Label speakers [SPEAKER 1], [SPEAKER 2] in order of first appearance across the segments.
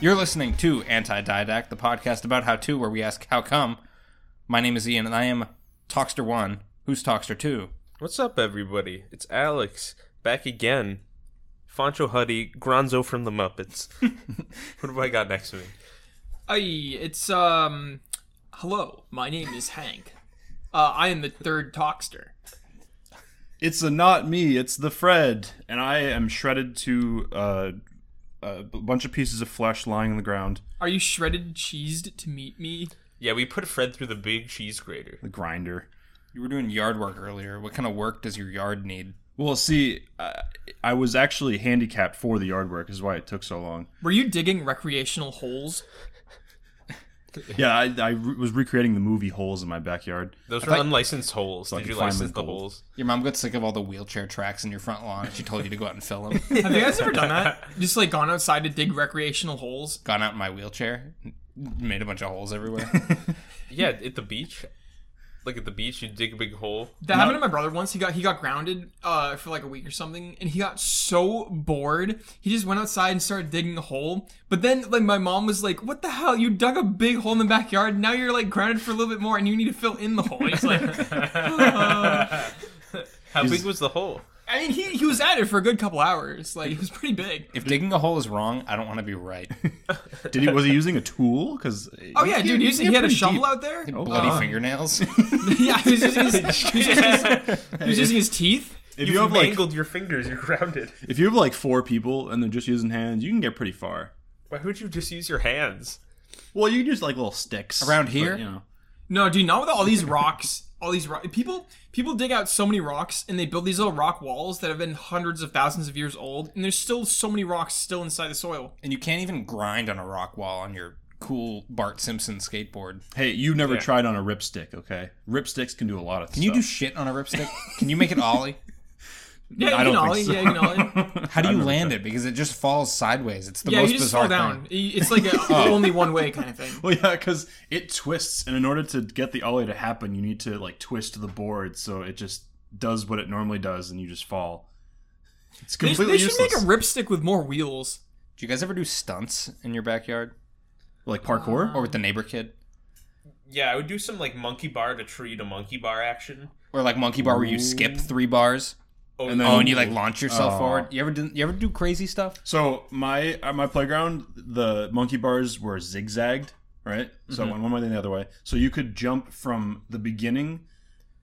[SPEAKER 1] You're listening to Anti Didact, the podcast about how to, where we ask how come. My name is Ian, and I am Talkster One. Who's Talkster Two?
[SPEAKER 2] What's up, everybody? It's Alex back again. Foncho Huddy, Gronzo from the Muppets. what have I got next to me?
[SPEAKER 3] Hey, it's um hello, my name is Hank. Uh, I am the third talkster.
[SPEAKER 4] It's the not me, it's the Fred. And I am shredded to uh, a b- bunch of pieces of flesh lying on the ground.
[SPEAKER 3] Are you shredded cheesed to meet me?
[SPEAKER 2] Yeah, we put Fred through the big cheese grater.
[SPEAKER 4] The grinder.
[SPEAKER 1] You were doing yard work earlier. What kind of work does your yard need?
[SPEAKER 4] Well, see, I, I was actually handicapped for the yard work, is why it took so long.
[SPEAKER 3] Were you digging recreational holes?
[SPEAKER 4] Yeah, I, I re- was recreating the movie holes in my backyard.
[SPEAKER 2] Those were unlicensed holes.
[SPEAKER 4] I
[SPEAKER 2] Did
[SPEAKER 4] could
[SPEAKER 2] you
[SPEAKER 4] find
[SPEAKER 2] license the
[SPEAKER 4] them gold.
[SPEAKER 2] holes?
[SPEAKER 1] Your mom got sick of all the wheelchair tracks in your front lawn, and she told you to go out and fill them.
[SPEAKER 3] Have you guys ever done that? Just like gone outside to dig recreational holes?
[SPEAKER 1] Gone out in my wheelchair, made a bunch of holes everywhere.
[SPEAKER 2] Yeah, at the beach. Like at the beach, you dig a big hole.
[SPEAKER 3] That happened to my brother once. He got he got grounded uh, for like a week or something, and he got so bored he just went outside and started digging a hole. But then like my mom was like, "What the hell? You dug a big hole in the backyard. Now you're like grounded for a little bit more, and you need to fill in the hole." And he's like,
[SPEAKER 2] How big was the hole?
[SPEAKER 3] I mean, he, he was at it for a good couple hours. Like it was pretty big.
[SPEAKER 1] if digging a hole is wrong, I don't want to be right.
[SPEAKER 4] Did he was he using a tool? Because
[SPEAKER 3] Oh yeah, dude, he, was- he had a shovel out there.
[SPEAKER 1] Bloody
[SPEAKER 4] God.
[SPEAKER 1] fingernails.
[SPEAKER 3] yeah, he was using his, he was using his, he was using his teeth.
[SPEAKER 4] If
[SPEAKER 2] You
[SPEAKER 4] you have like
[SPEAKER 2] mangled your fingers. You're grounded.
[SPEAKER 4] if you have like four people and they're just using hands, you can get pretty far.
[SPEAKER 2] Why would you just use your hands?
[SPEAKER 4] Well, you can use like little sticks
[SPEAKER 1] Around
[SPEAKER 4] but,
[SPEAKER 1] here?
[SPEAKER 4] you know.
[SPEAKER 3] No, dude, not with all these rocks. All these ro- people people dig out so many rocks and they build these little rock walls that have been hundreds of thousands of years old, and there's still so many rocks still inside the soil.
[SPEAKER 1] and you can't even grind on a rock wall on your cool Bart Simpson skateboard.
[SPEAKER 4] Hey, you've never tried on a ripstick, okay? Ripsticks can do a lot of
[SPEAKER 1] Can you do shit on a ripstick? Can you make it ollie?
[SPEAKER 3] Yeah, you
[SPEAKER 4] I
[SPEAKER 3] can
[SPEAKER 4] don't
[SPEAKER 3] ollie.
[SPEAKER 4] think so.
[SPEAKER 3] Yeah, you can ollie.
[SPEAKER 1] How do you land it? Because it just falls sideways. It's the
[SPEAKER 3] Yeah,
[SPEAKER 1] most
[SPEAKER 3] you just
[SPEAKER 1] bizarre
[SPEAKER 3] fall down.
[SPEAKER 1] thing.
[SPEAKER 3] You- It's like a
[SPEAKER 4] Oh.
[SPEAKER 3] only one way kind of thing.
[SPEAKER 4] Well, yeah, because it twists, and in order to get the ollie to happen, you need to like twist the board so it just does what it normally does, and you just fall. It's
[SPEAKER 3] They,
[SPEAKER 4] completely
[SPEAKER 3] they should make
[SPEAKER 4] useless.
[SPEAKER 3] a ripstick with more wheels.
[SPEAKER 1] Do you guys ever do stunts in your backyard
[SPEAKER 4] like parkour.
[SPEAKER 1] or
[SPEAKER 3] Uh-huh.
[SPEAKER 1] with the neighbor kid?
[SPEAKER 2] Yeah, I would do some like monkey bar to tree to monkey bar action.
[SPEAKER 1] Or like monkey bar where you skip three bars?
[SPEAKER 2] Oh,
[SPEAKER 4] And then-
[SPEAKER 1] Oh, and you like launch yourself
[SPEAKER 4] Oh.
[SPEAKER 1] forward. You ever do, you ever do crazy stuff?
[SPEAKER 4] so my at my playground, the monkey bars were zigzagged, right? So it
[SPEAKER 3] Mm-hmm.
[SPEAKER 4] went one way then the other way. So you could jump from the beginning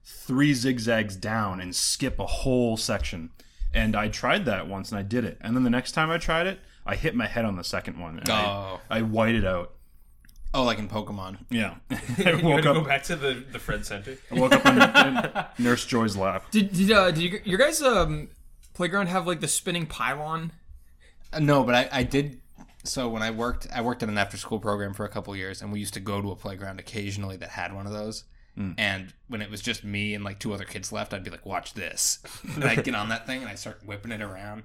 [SPEAKER 4] three zigzags down and skip a whole section. And I tried that once, and I did it. And then the next time I tried it, I hit my head on the second one. And
[SPEAKER 1] Oh.
[SPEAKER 4] I, I white it out.
[SPEAKER 1] Oh, like in Pokemon.
[SPEAKER 4] Yeah. I
[SPEAKER 2] you
[SPEAKER 4] woke
[SPEAKER 2] gotta go
[SPEAKER 4] up,
[SPEAKER 2] back to the the Fred Center.
[SPEAKER 4] I woke up on Nurse Joy's lap.
[SPEAKER 3] Did did, uh, did you, your guys um playground have like the spinning pylon?
[SPEAKER 1] Uh, No, but I, I did. So when I worked, I worked at an after-school program for a couple years, and we used to go to a playground occasionally that had one of those. And when it was just me and like two other kids left, I'd be like, "Watch this!" And I'd get on that thing and I would start whipping it around.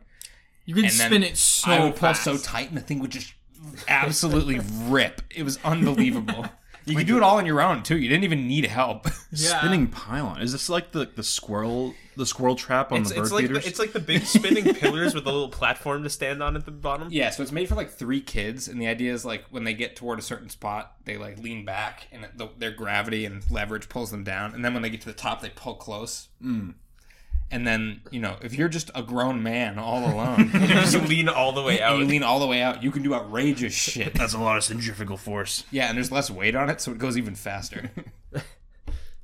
[SPEAKER 3] You could
[SPEAKER 1] And then
[SPEAKER 3] spin it so
[SPEAKER 1] I would pull
[SPEAKER 3] fast.
[SPEAKER 1] so tight, and the thing would just absolutely rip. It was unbelievable. You could do it all on your own too. You didn't even need help.
[SPEAKER 3] Yeah.
[SPEAKER 4] Spinning pylon. Is this like the, the squirrel the squirrel trap on
[SPEAKER 2] It's,
[SPEAKER 4] the bird
[SPEAKER 2] it's like
[SPEAKER 4] feeders?
[SPEAKER 2] the, it's like the big spinning pillars with a little platform to stand on at the bottom.
[SPEAKER 1] Yeah, so it's made for like three kids, and the idea is like when they get toward a certain spot, they like lean back, and the, their gravity and leverage pulls them down, and then when they get to the top, they pull close. And then you know, if you're just a grown man all alone,
[SPEAKER 2] You just lean all the way
[SPEAKER 1] and you
[SPEAKER 2] out.
[SPEAKER 1] lean all the way out, you can do outrageous shit.
[SPEAKER 4] That's a lot of centrifugal force.
[SPEAKER 1] Yeah, and there's less weight on it, so it goes even faster.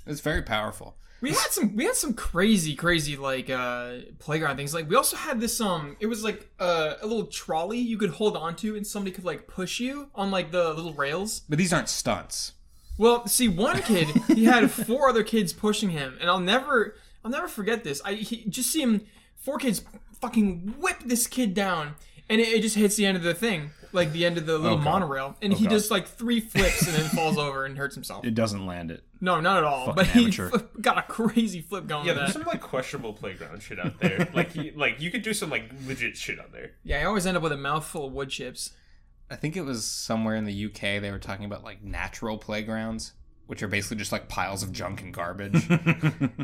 [SPEAKER 1] it's very powerful.
[SPEAKER 3] We had some we had some crazy crazy like uh playground things. Like we also had this um it was like uh, a little trolley you could hold onto and somebody could like push you on like the little rails.
[SPEAKER 1] But these aren't stunts.
[SPEAKER 3] Well, see one kid he had four other kids pushing him and I'll never I'll never forget this. I he, just see him four kids fucking whip this kid down and it, it just hits the end of the thing, like the end of the little
[SPEAKER 4] God.
[SPEAKER 3] monorail
[SPEAKER 1] Oh
[SPEAKER 3] and he
[SPEAKER 4] God.
[SPEAKER 3] does like three flips and then falls over and hurts himself.
[SPEAKER 4] It doesn't land it.
[SPEAKER 3] No, not at all. But he
[SPEAKER 4] amateur.
[SPEAKER 3] fl- got a crazy flip going.
[SPEAKER 2] Yeah,
[SPEAKER 3] with
[SPEAKER 2] there's
[SPEAKER 3] that.
[SPEAKER 2] some like questionable playground shit out there. Like, you, like you could do some like legit shit on there.
[SPEAKER 3] Yeah, I always end up with a mouthful of wood chips.
[SPEAKER 1] I think it was somewhere in the UK they were talking about like natural playgrounds, which are basically just like piles of junk and garbage.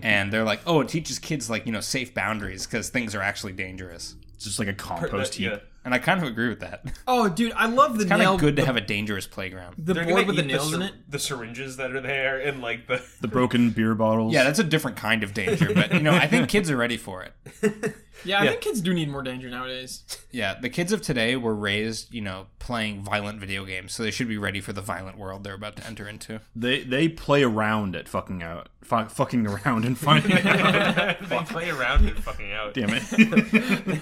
[SPEAKER 1] and they're like, oh, it teaches kids like, you know, safe boundaries because things are actually dangerous.
[SPEAKER 4] It's just like a compost
[SPEAKER 2] That- yeah.
[SPEAKER 4] heap.
[SPEAKER 1] and I kind of agree with that.
[SPEAKER 3] Oh, dude, I love the
[SPEAKER 1] Kind
[SPEAKER 3] nail.
[SPEAKER 1] of good to have a dangerous playground.
[SPEAKER 3] The
[SPEAKER 2] They're gonna
[SPEAKER 3] board with the
[SPEAKER 2] eat
[SPEAKER 3] nails
[SPEAKER 2] the,
[SPEAKER 3] in
[SPEAKER 2] syr-
[SPEAKER 3] it.
[SPEAKER 2] the syringes that are there, and like the
[SPEAKER 4] The broken beer bottles.
[SPEAKER 1] Yeah, that's a different kind of danger, but you know, I think kids are ready for it.
[SPEAKER 3] Yeah, I think kids do need more danger nowadays.
[SPEAKER 1] Yeah, the kids of today were raised, you know, playing violent video games, so they should be ready for the violent world they're about to enter into.
[SPEAKER 4] they they play around at fucking out, fu- fucking around and finding out.
[SPEAKER 2] they play around and fucking out.
[SPEAKER 4] Damn it.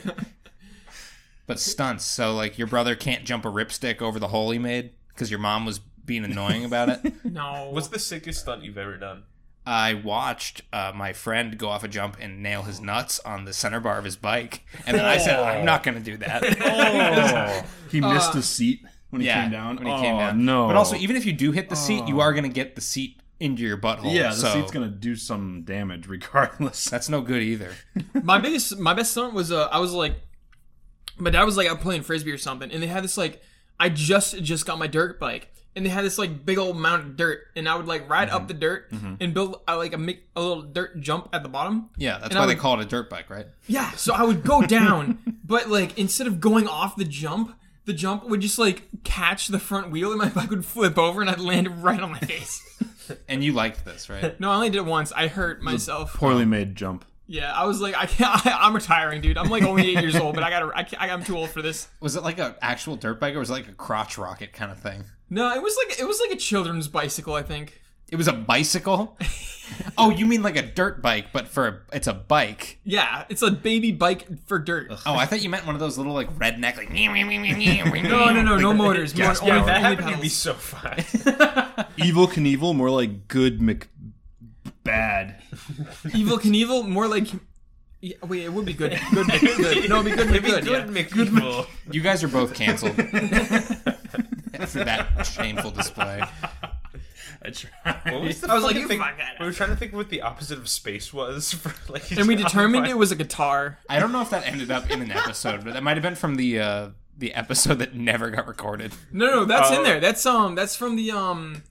[SPEAKER 1] But stunts, so like your brother can't jump a ripstick over the hole he made because your mom was being annoying about it.
[SPEAKER 3] No.
[SPEAKER 2] What's the sickest stunt you've ever done?
[SPEAKER 1] I watched uh, my friend go off a jump and nail his nuts on the center bar of his bike, and then I said, "I'm not going to do that."
[SPEAKER 4] oh, he missed
[SPEAKER 3] Uh,
[SPEAKER 4] a seat when he
[SPEAKER 1] yeah,
[SPEAKER 4] came down.
[SPEAKER 1] when he
[SPEAKER 4] oh,
[SPEAKER 1] came down.
[SPEAKER 4] No. Oh.
[SPEAKER 1] But also, even if you do hit the seat, you are going to get the seat into your butthole.
[SPEAKER 4] yeah, the
[SPEAKER 1] so
[SPEAKER 4] seat's gonna do some damage regardless.
[SPEAKER 1] that's no good either.
[SPEAKER 3] my biggest my best stunt was uh I was like my dad was like out playing frisbee or something and they had this like I just just got my dirt bike and they had this like big old mound of dirt and I would like ride up the dirt and build uh, like a make a little dirt jump at the bottom.
[SPEAKER 1] Yeah, that's
[SPEAKER 3] And I
[SPEAKER 1] why they
[SPEAKER 3] would-
[SPEAKER 1] call it a dirt bike, right?
[SPEAKER 3] Yeah, so I would go down, but like instead of going off the jump, the jump would just like catch the front wheel and my bike would flip over and I'd land right on my face.
[SPEAKER 1] And you liked this, right?
[SPEAKER 3] no, I only did it once. I hurt myself.
[SPEAKER 4] Poorly made jump.
[SPEAKER 3] Yeah, I was like, I can't. I, I'm retiring, dude. I'm like only eight years old, but I gotta. I can't, I'm too old for this.
[SPEAKER 1] Was it like an actual dirt bike, or was it like a crotch rocket kind of thing?
[SPEAKER 3] No, it was like it was like a children's bicycle, I think.
[SPEAKER 1] It was a bicycle. oh, you mean like a dirt bike, but for a, it's a bike.
[SPEAKER 3] Yeah, it's a baby bike for dirt.
[SPEAKER 1] Oh, I thought you meant one of those little like redneck like.
[SPEAKER 3] No, no, no, no motors. More,
[SPEAKER 4] Gas
[SPEAKER 3] only,
[SPEAKER 4] powered.
[SPEAKER 2] If that
[SPEAKER 3] only
[SPEAKER 2] happened, you'd
[SPEAKER 3] pedals.
[SPEAKER 2] be so fine.
[SPEAKER 4] Evil Knievel, more like good Mc bad.
[SPEAKER 3] Evil Knievel, more like. Yeah, wait, it would be good. Good, good. good. No, it'd be good. It'd be good. yeah.
[SPEAKER 2] McEvil.
[SPEAKER 1] You guys are both canceled after that shameful display.
[SPEAKER 4] I tried.
[SPEAKER 2] What was the
[SPEAKER 3] I was like,
[SPEAKER 2] fucking
[SPEAKER 3] you
[SPEAKER 2] thing-
[SPEAKER 3] fuck that
[SPEAKER 2] We were trying to think what the opposite of space was for like.
[SPEAKER 3] And we determined it was a guitar.
[SPEAKER 1] I don't know if that ended up in an episode, but that might have been from the uh, the episode that never got recorded.
[SPEAKER 3] No, no, that's in
[SPEAKER 2] Oh.
[SPEAKER 3] there. That's um, that's from the um,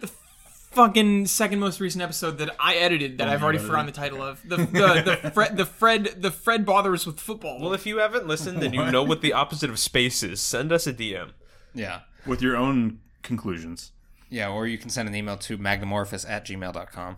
[SPEAKER 3] the fucking second most recent episode that I edited that I've already
[SPEAKER 4] edited
[SPEAKER 3] forgotten the title of. The the, the Fred the Fred the Fred bothers with football.
[SPEAKER 2] Well, if you haven't listened and you know what the opposite of space is, send us a DM.
[SPEAKER 1] Yeah.
[SPEAKER 4] With your own conclusions.
[SPEAKER 1] Yeah, or you can send an email to magnamorphous at gmail.com.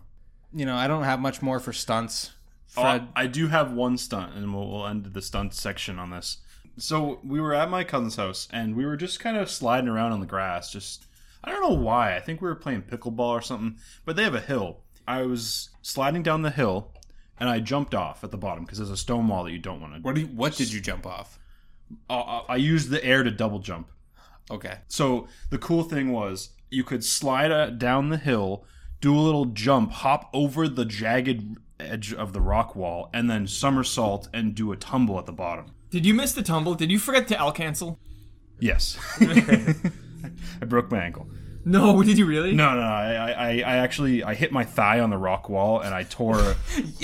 [SPEAKER 1] You know, I don't have much more for stunts. Fred,
[SPEAKER 4] Oh, I do have one stunt, and we'll, we'll end the stunt section on this. So we were at my cousin's house, and we were just kind of sliding around on the grass. Just I don't know why. I think we were playing pickleball or something. But they have a hill. I was sliding down the hill, and I jumped off at the bottom because there's a stone wall that you don't want to.
[SPEAKER 1] what, do you, what did you jump off?
[SPEAKER 4] I, I used the air to double jump.
[SPEAKER 1] Okay.
[SPEAKER 4] So the cool thing was you could slide uh, down the hill, do a little jump, hop over the jagged edge of the rock wall, and then somersault and do a tumble at the bottom.
[SPEAKER 3] Did you miss the tumble? Did you forget to L cancel?
[SPEAKER 4] Yes. I broke my ankle.
[SPEAKER 3] No, did you really?
[SPEAKER 4] No, no, no. I, I, I- I actually I hit my thigh on the rock wall and I tore,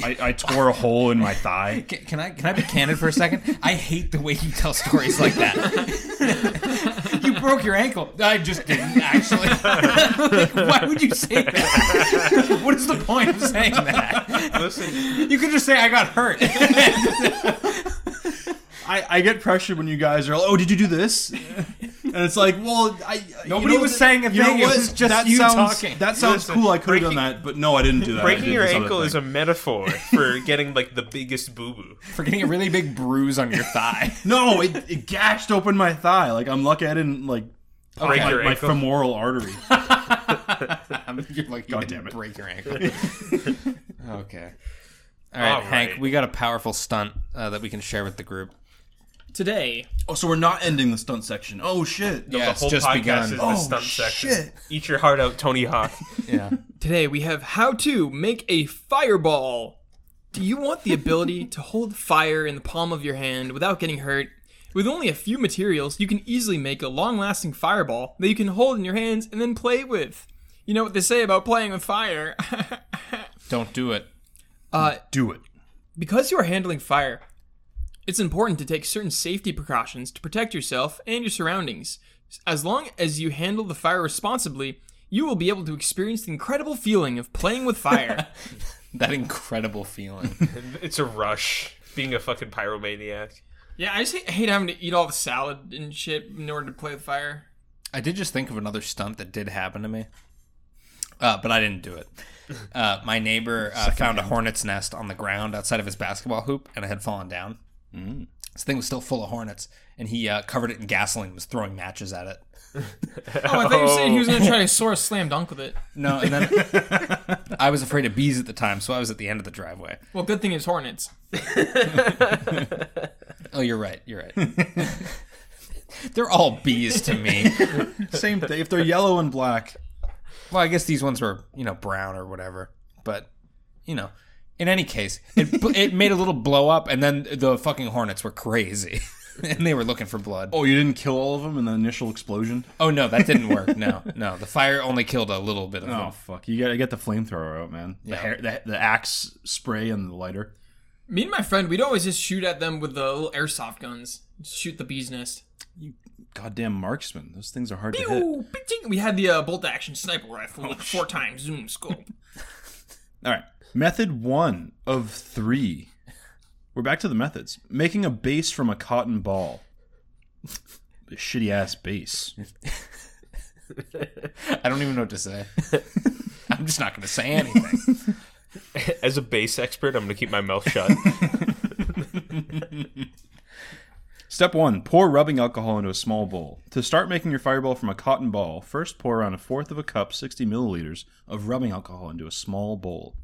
[SPEAKER 4] I, I tore a hole in my thigh.
[SPEAKER 1] Can, can I can I be candid for a second? I hate the way you tell stories like that. you broke your ankle. I just didn't actually. Like, why would you say that? what is the point of saying that?
[SPEAKER 2] Listen,
[SPEAKER 1] You could just say I got hurt.
[SPEAKER 4] I, I get pressured when you guys are, like, oh, did you do this? And it's like, well, I you
[SPEAKER 1] Nobody
[SPEAKER 4] know
[SPEAKER 1] was
[SPEAKER 4] that-
[SPEAKER 1] saying a
[SPEAKER 4] you know
[SPEAKER 1] thing, it
[SPEAKER 4] what?
[SPEAKER 1] was just you
[SPEAKER 4] sounds,
[SPEAKER 1] talking.
[SPEAKER 4] That sounds
[SPEAKER 2] Listen,
[SPEAKER 4] cool. I could have done
[SPEAKER 2] breaking-
[SPEAKER 4] that, but no, I didn't do that. I
[SPEAKER 2] breaking
[SPEAKER 4] did
[SPEAKER 2] your
[SPEAKER 4] this other
[SPEAKER 2] ankle is
[SPEAKER 4] thing.
[SPEAKER 2] a metaphor for getting like the biggest boo boo.
[SPEAKER 1] For getting a really big bruise on your thigh.
[SPEAKER 4] no. It, it gashed open my thigh. Like I'm lucky I didn't like
[SPEAKER 2] Break
[SPEAKER 4] my,
[SPEAKER 2] your
[SPEAKER 4] my
[SPEAKER 2] ankle.
[SPEAKER 4] femoral artery.
[SPEAKER 1] I'm, you're like, you
[SPEAKER 4] God
[SPEAKER 1] didn't
[SPEAKER 4] damn it.
[SPEAKER 1] break your ankle. okay. All right,
[SPEAKER 2] All
[SPEAKER 1] Hank,
[SPEAKER 2] right.
[SPEAKER 1] we got a powerful stunt uh, that we can share with the group.
[SPEAKER 3] Today,
[SPEAKER 4] oh, so we're not ending the stunt section. Oh shit.
[SPEAKER 1] Yeah,
[SPEAKER 2] the
[SPEAKER 1] it's
[SPEAKER 2] whole
[SPEAKER 1] just
[SPEAKER 2] podcast
[SPEAKER 1] begun.
[SPEAKER 2] is
[SPEAKER 4] Oh,
[SPEAKER 2] the stunt section.
[SPEAKER 4] shit.
[SPEAKER 2] Eat your heart out, Tony Hawk.
[SPEAKER 1] Yeah.
[SPEAKER 3] today we have how to make a fireball. Do you want the ability to hold fire in the palm of your hand without getting hurt? With only a few materials, you can easily make a long-lasting fireball that you can hold in your hands and then play with. You know what they say about playing with fire. Uh,
[SPEAKER 1] Don't do it.
[SPEAKER 4] Do it.
[SPEAKER 3] Because you are handling fire, it's important to take certain safety precautions to protect yourself and your surroundings. As long as you handle the fire responsibly, you will be able to experience the incredible feeling of playing with fire.
[SPEAKER 1] That incredible feeling.
[SPEAKER 2] it's a rush. Being a fucking pyromaniac.
[SPEAKER 3] Yeah, I just hate, hate having to eat all the salad and shit in order to play with fire.
[SPEAKER 1] I did just think of another stunt that did happen to me, uh, but I didn't do it. Uh, my neighbor uh, found a hornet's nest on the ground outside of his basketball hoop, and it had fallen down. This thing was still full of hornets, and he uh, covered it in gasoline, and was throwing matches at it.
[SPEAKER 3] Oh, I thought you were saying he was gonna try to soar a slam dunk with it.
[SPEAKER 1] No, and then I was afraid of bees at the time, so I was at the end of the driveway.
[SPEAKER 3] Well, good thing it's hornets.
[SPEAKER 1] Oh, you're right. You're right. They're all bees to me.
[SPEAKER 4] Same thing. If they're yellow and black,
[SPEAKER 1] Well, I guess these ones were, you know, brown or whatever. But, you know, in any case, it bl- it made a little blow up, and then the fucking hornets were crazy, and they were looking for blood.
[SPEAKER 4] oh, you didn't kill all of them in the initial explosion.
[SPEAKER 1] Oh no, that didn't work. No, no, the fire only killed a little bit of
[SPEAKER 4] Oh
[SPEAKER 1] them.
[SPEAKER 4] fuck! You gotta get the flamethrower out, man. The,
[SPEAKER 1] Yeah.
[SPEAKER 4] hair, the the axe spray and the lighter.
[SPEAKER 3] Me and my friend, we'd always just shoot at them with the little airsoft guns. Just shoot the bee's nest.
[SPEAKER 4] Goddamn marksman! Those things are hard to hit.
[SPEAKER 3] Pew! Ba-ting! We had the uh, bolt action sniper rifle with four times zoom scope.
[SPEAKER 4] All right. Method one of three. We're back to the methods. Making a base from a cotton ball. Shitty ass base. Oh.
[SPEAKER 1] I don't even know what to say. I'm just not going to say anything.
[SPEAKER 2] As a bass expert, I'm gonna keep my mouth shut.
[SPEAKER 4] Step one pour rubbing alcohol into a small bowl. To start making your fireball from a cotton ball, first pour around a fourth of a cup, 60 milliliters, of rubbing alcohol into a small bowl.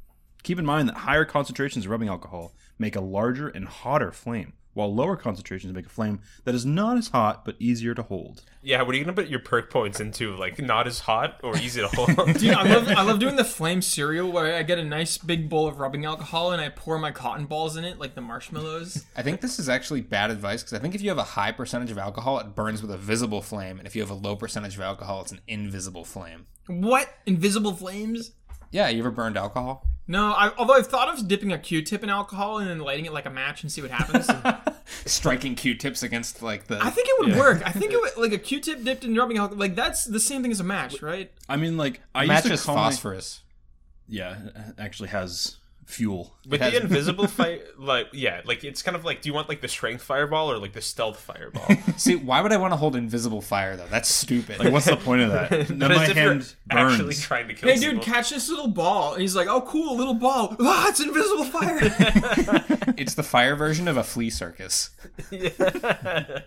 [SPEAKER 4] Keep in mind that higher concentrations of rubbing alcohol make a larger and hotter flame, while lower concentrations make a flame that is not as hot but easier to hold.
[SPEAKER 2] yeah, what are you gonna put your perk points into? Like not as hot or easy to hold?
[SPEAKER 3] Dude, I love, I love doing the flame cereal where I get a nice big bowl of rubbing alcohol and I pour my cotton balls in it like the marshmallows.
[SPEAKER 1] I think this is actually bad advice because I think if you have a high percentage of alcohol, it burns with a visible flame, and if you have a low percentage of alcohol, it's an invisible flame.
[SPEAKER 3] What? Invisible flames?
[SPEAKER 1] Yeah, you ever burned alcohol?
[SPEAKER 3] No, I, although I've thought of dipping a Q-tip in alcohol and then lighting it like a match and see what happens.
[SPEAKER 1] Striking Q-tips against like the
[SPEAKER 3] I think it would work. I think it would, like a Q-tip dipped in rubbing alcohol, like that's the same thing as a match, right?
[SPEAKER 4] I mean, like, I
[SPEAKER 1] match
[SPEAKER 4] used
[SPEAKER 1] is
[SPEAKER 4] to call my-
[SPEAKER 1] phosphorus.
[SPEAKER 4] Yeah, it actually has fuel.
[SPEAKER 2] With
[SPEAKER 1] has-
[SPEAKER 2] the invisible fire, like yeah, like it's kind of like, do you want like the strength fireball or like the stealth fireball?
[SPEAKER 1] See, why would I want to hold invisible fire though? That's stupid.
[SPEAKER 4] Like, what's the point of that? Then
[SPEAKER 2] Not
[SPEAKER 4] my
[SPEAKER 2] as if you're
[SPEAKER 4] hand
[SPEAKER 2] actually
[SPEAKER 4] burns.
[SPEAKER 2] trying to kill.
[SPEAKER 3] Hey, dude,
[SPEAKER 2] someone.
[SPEAKER 3] catch this little ball. And he's like, oh, cool, little ball. Ah, it's invisible fire.
[SPEAKER 1] it's the fire version of a flea circus.
[SPEAKER 3] what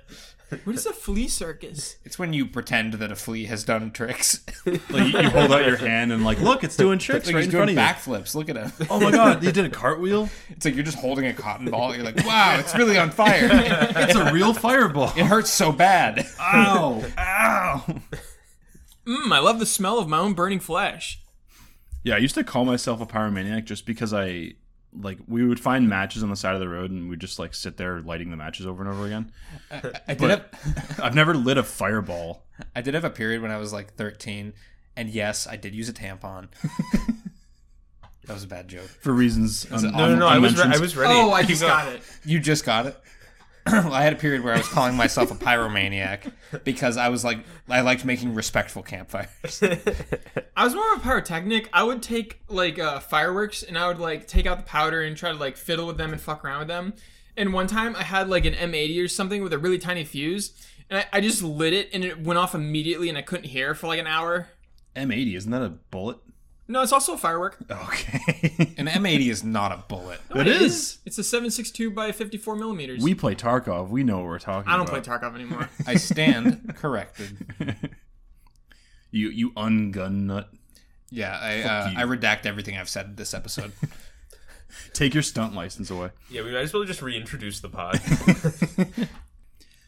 [SPEAKER 3] is a flea circus?
[SPEAKER 1] It's when you pretend that a flea has done tricks. like
[SPEAKER 4] Like, you, you hold out your hand and like, look, it's doing tricks right
[SPEAKER 1] he's
[SPEAKER 4] in
[SPEAKER 1] doing
[SPEAKER 4] front of you.
[SPEAKER 1] backflips. Look at him.
[SPEAKER 4] Oh my god, he did a cartwheel.
[SPEAKER 1] It's like you're just holding a cotton ball. You're like, wow, it's really on fire.
[SPEAKER 4] It's a real fireball.
[SPEAKER 1] It hurts so bad.
[SPEAKER 4] Ow! Ow!
[SPEAKER 3] Mmm, I love the smell of my own burning flesh.
[SPEAKER 4] Yeah, I used to call myself a pyromaniac just because I like we would find matches on the side of the road and we'd just like sit there lighting the matches over and over again.
[SPEAKER 1] I did have
[SPEAKER 4] I've never lit a fireball.
[SPEAKER 1] I did have a period when I was like 13, and yes, I did use a tampon. that was a bad joke.
[SPEAKER 4] For reasons um,
[SPEAKER 1] it
[SPEAKER 4] no,
[SPEAKER 1] on-
[SPEAKER 2] No, no, I was, re- I
[SPEAKER 4] dimensions.
[SPEAKER 2] was ready.
[SPEAKER 3] Oh, I
[SPEAKER 2] Keep
[SPEAKER 3] just
[SPEAKER 2] going.
[SPEAKER 3] got it.
[SPEAKER 1] You just got it. Well, I had a period where I was calling myself a pyromaniac because I was like, I liked making respectful campfires.
[SPEAKER 3] I was more of a pyrotechnic. I would take like uh, fireworks and I would like take out the powder and try to like fiddle with them and fuck around with them. And one time I had like an M80 or something with a really tiny fuse, and I, I just lit it and it went off immediately and I couldn't hear for like an hour.
[SPEAKER 4] M80, isn't that a bullet?
[SPEAKER 3] No, it's also a firework.
[SPEAKER 4] Okay.
[SPEAKER 1] An M80 is not a bullet.
[SPEAKER 4] it is.
[SPEAKER 3] It's a 7.62 by 54 millimeters.
[SPEAKER 4] We play Tarkov. We know what we're talking about.
[SPEAKER 3] I don't
[SPEAKER 2] Oh.
[SPEAKER 3] play Tarkov anymore.
[SPEAKER 1] I stand corrected.
[SPEAKER 4] You you ungun nut.
[SPEAKER 1] Yeah, I uh,
[SPEAKER 4] you.
[SPEAKER 1] I redact everything I've said this episode.
[SPEAKER 4] Take your stunt license away.
[SPEAKER 2] Yeah, we might as well just reintroduce the pod.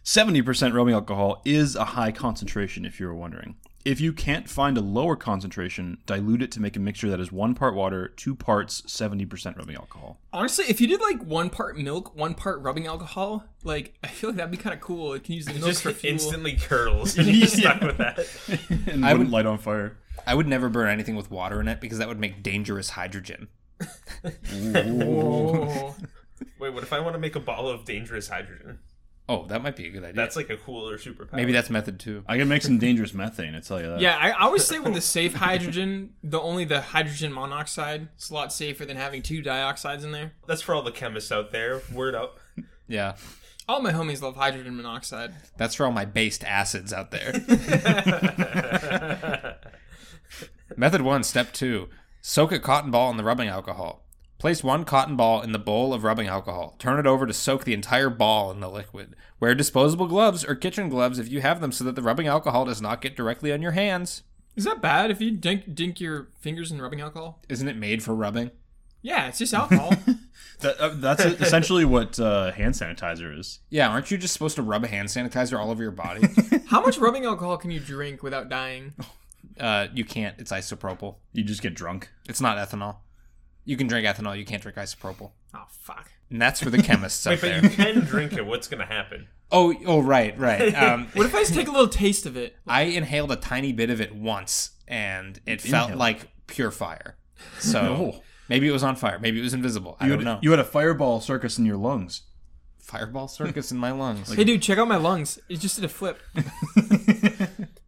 [SPEAKER 4] 70% rubbing alcohol is a high concentration, if you were wondering. If you can't find a lower concentration, dilute it to make a mixture that is one part water, two parts 70% rubbing alcohol.
[SPEAKER 3] Honestly, if you did like one part milk, one part rubbing alcohol, like I feel like that'd be kind of cool. It can use the milk
[SPEAKER 2] just
[SPEAKER 3] for fuel.
[SPEAKER 2] instantly curdles. And you're stuck with that.
[SPEAKER 4] And
[SPEAKER 1] I would-
[SPEAKER 4] wouldn't light on fire.
[SPEAKER 1] I would never burn anything with water in it because that would make dangerous hydrogen.
[SPEAKER 3] Oh.
[SPEAKER 2] Wait, what if I want to make a ball of dangerous hydrogen?
[SPEAKER 1] Oh, that might be a good idea.
[SPEAKER 2] That's like a cooler superpower.
[SPEAKER 1] Maybe that's method two.
[SPEAKER 4] I can make some dangerous methane, I tell you that.
[SPEAKER 3] Yeah, I, I always say with the safe hydrogen, the only the hydrogen monoxide is a lot safer than having two dioxides in there.
[SPEAKER 2] that's for all the chemists out there. Word up.
[SPEAKER 1] Yeah,
[SPEAKER 3] All my homies love hydrogen monoxide.
[SPEAKER 1] That's for all my based acids out there. Method one, step two soak a cotton ball in the rubbing alcohol. Place one cotton ball in the bowl of rubbing alcohol. Turn it over to soak the entire ball in the liquid. Wear disposable gloves or kitchen gloves if you have them so that the rubbing alcohol does not get directly on your hands.
[SPEAKER 3] Is that bad if you dink, dink your fingers in rubbing alcohol?
[SPEAKER 1] Isn't it made for rubbing?
[SPEAKER 3] Yeah, it's just alcohol.
[SPEAKER 4] That, uh, that's essentially what uh, hand sanitizer is.
[SPEAKER 1] Yeah, aren't you just supposed to rub hand sanitizer all over your body?
[SPEAKER 3] How much rubbing alcohol can you drink without dying?
[SPEAKER 1] uh, you can't. It's isopropyl.
[SPEAKER 4] You just get drunk.
[SPEAKER 1] It's not ethanol. You can drink ethanol. You can't drink isopropyl.
[SPEAKER 3] Oh fuck.
[SPEAKER 1] And that's for the chemists out
[SPEAKER 2] Wait,
[SPEAKER 1] there.
[SPEAKER 2] but you can drink it. What's gonna happen?
[SPEAKER 1] Oh, oh, right, right. Um,
[SPEAKER 3] What if I just take a little taste of it?
[SPEAKER 1] I inhaled a tiny bit of it once, and it felt
[SPEAKER 4] inhaled
[SPEAKER 1] like pure fire. So maybe it was on fire. Maybe it was invisible. I
[SPEAKER 4] You
[SPEAKER 1] don't
[SPEAKER 4] had,
[SPEAKER 1] know.
[SPEAKER 4] you had a fireball circus in your lungs.
[SPEAKER 1] Fireball circus in my lungs.
[SPEAKER 3] Hey dude, check out my lungs. It just did a flip.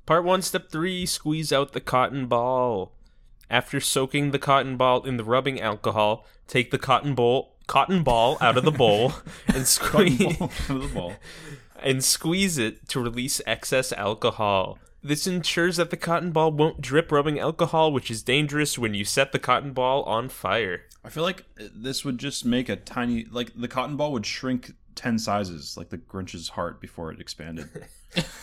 [SPEAKER 2] Part one, step three: squeeze out the cotton ball. After soaking the cotton ball in the rubbing alcohol, take the cotton bowl, cotton ball out of the bowl, and squeeze
[SPEAKER 4] the ball.
[SPEAKER 2] and squeeze it to release excess alcohol. This ensures that the cotton ball won't drip rubbing alcohol, which is dangerous when you set the cotton ball on fire.
[SPEAKER 4] I feel like uh, this would just make a tiny like the cotton ball would shrink ten sizes, like the Grinch's heart before it expanded.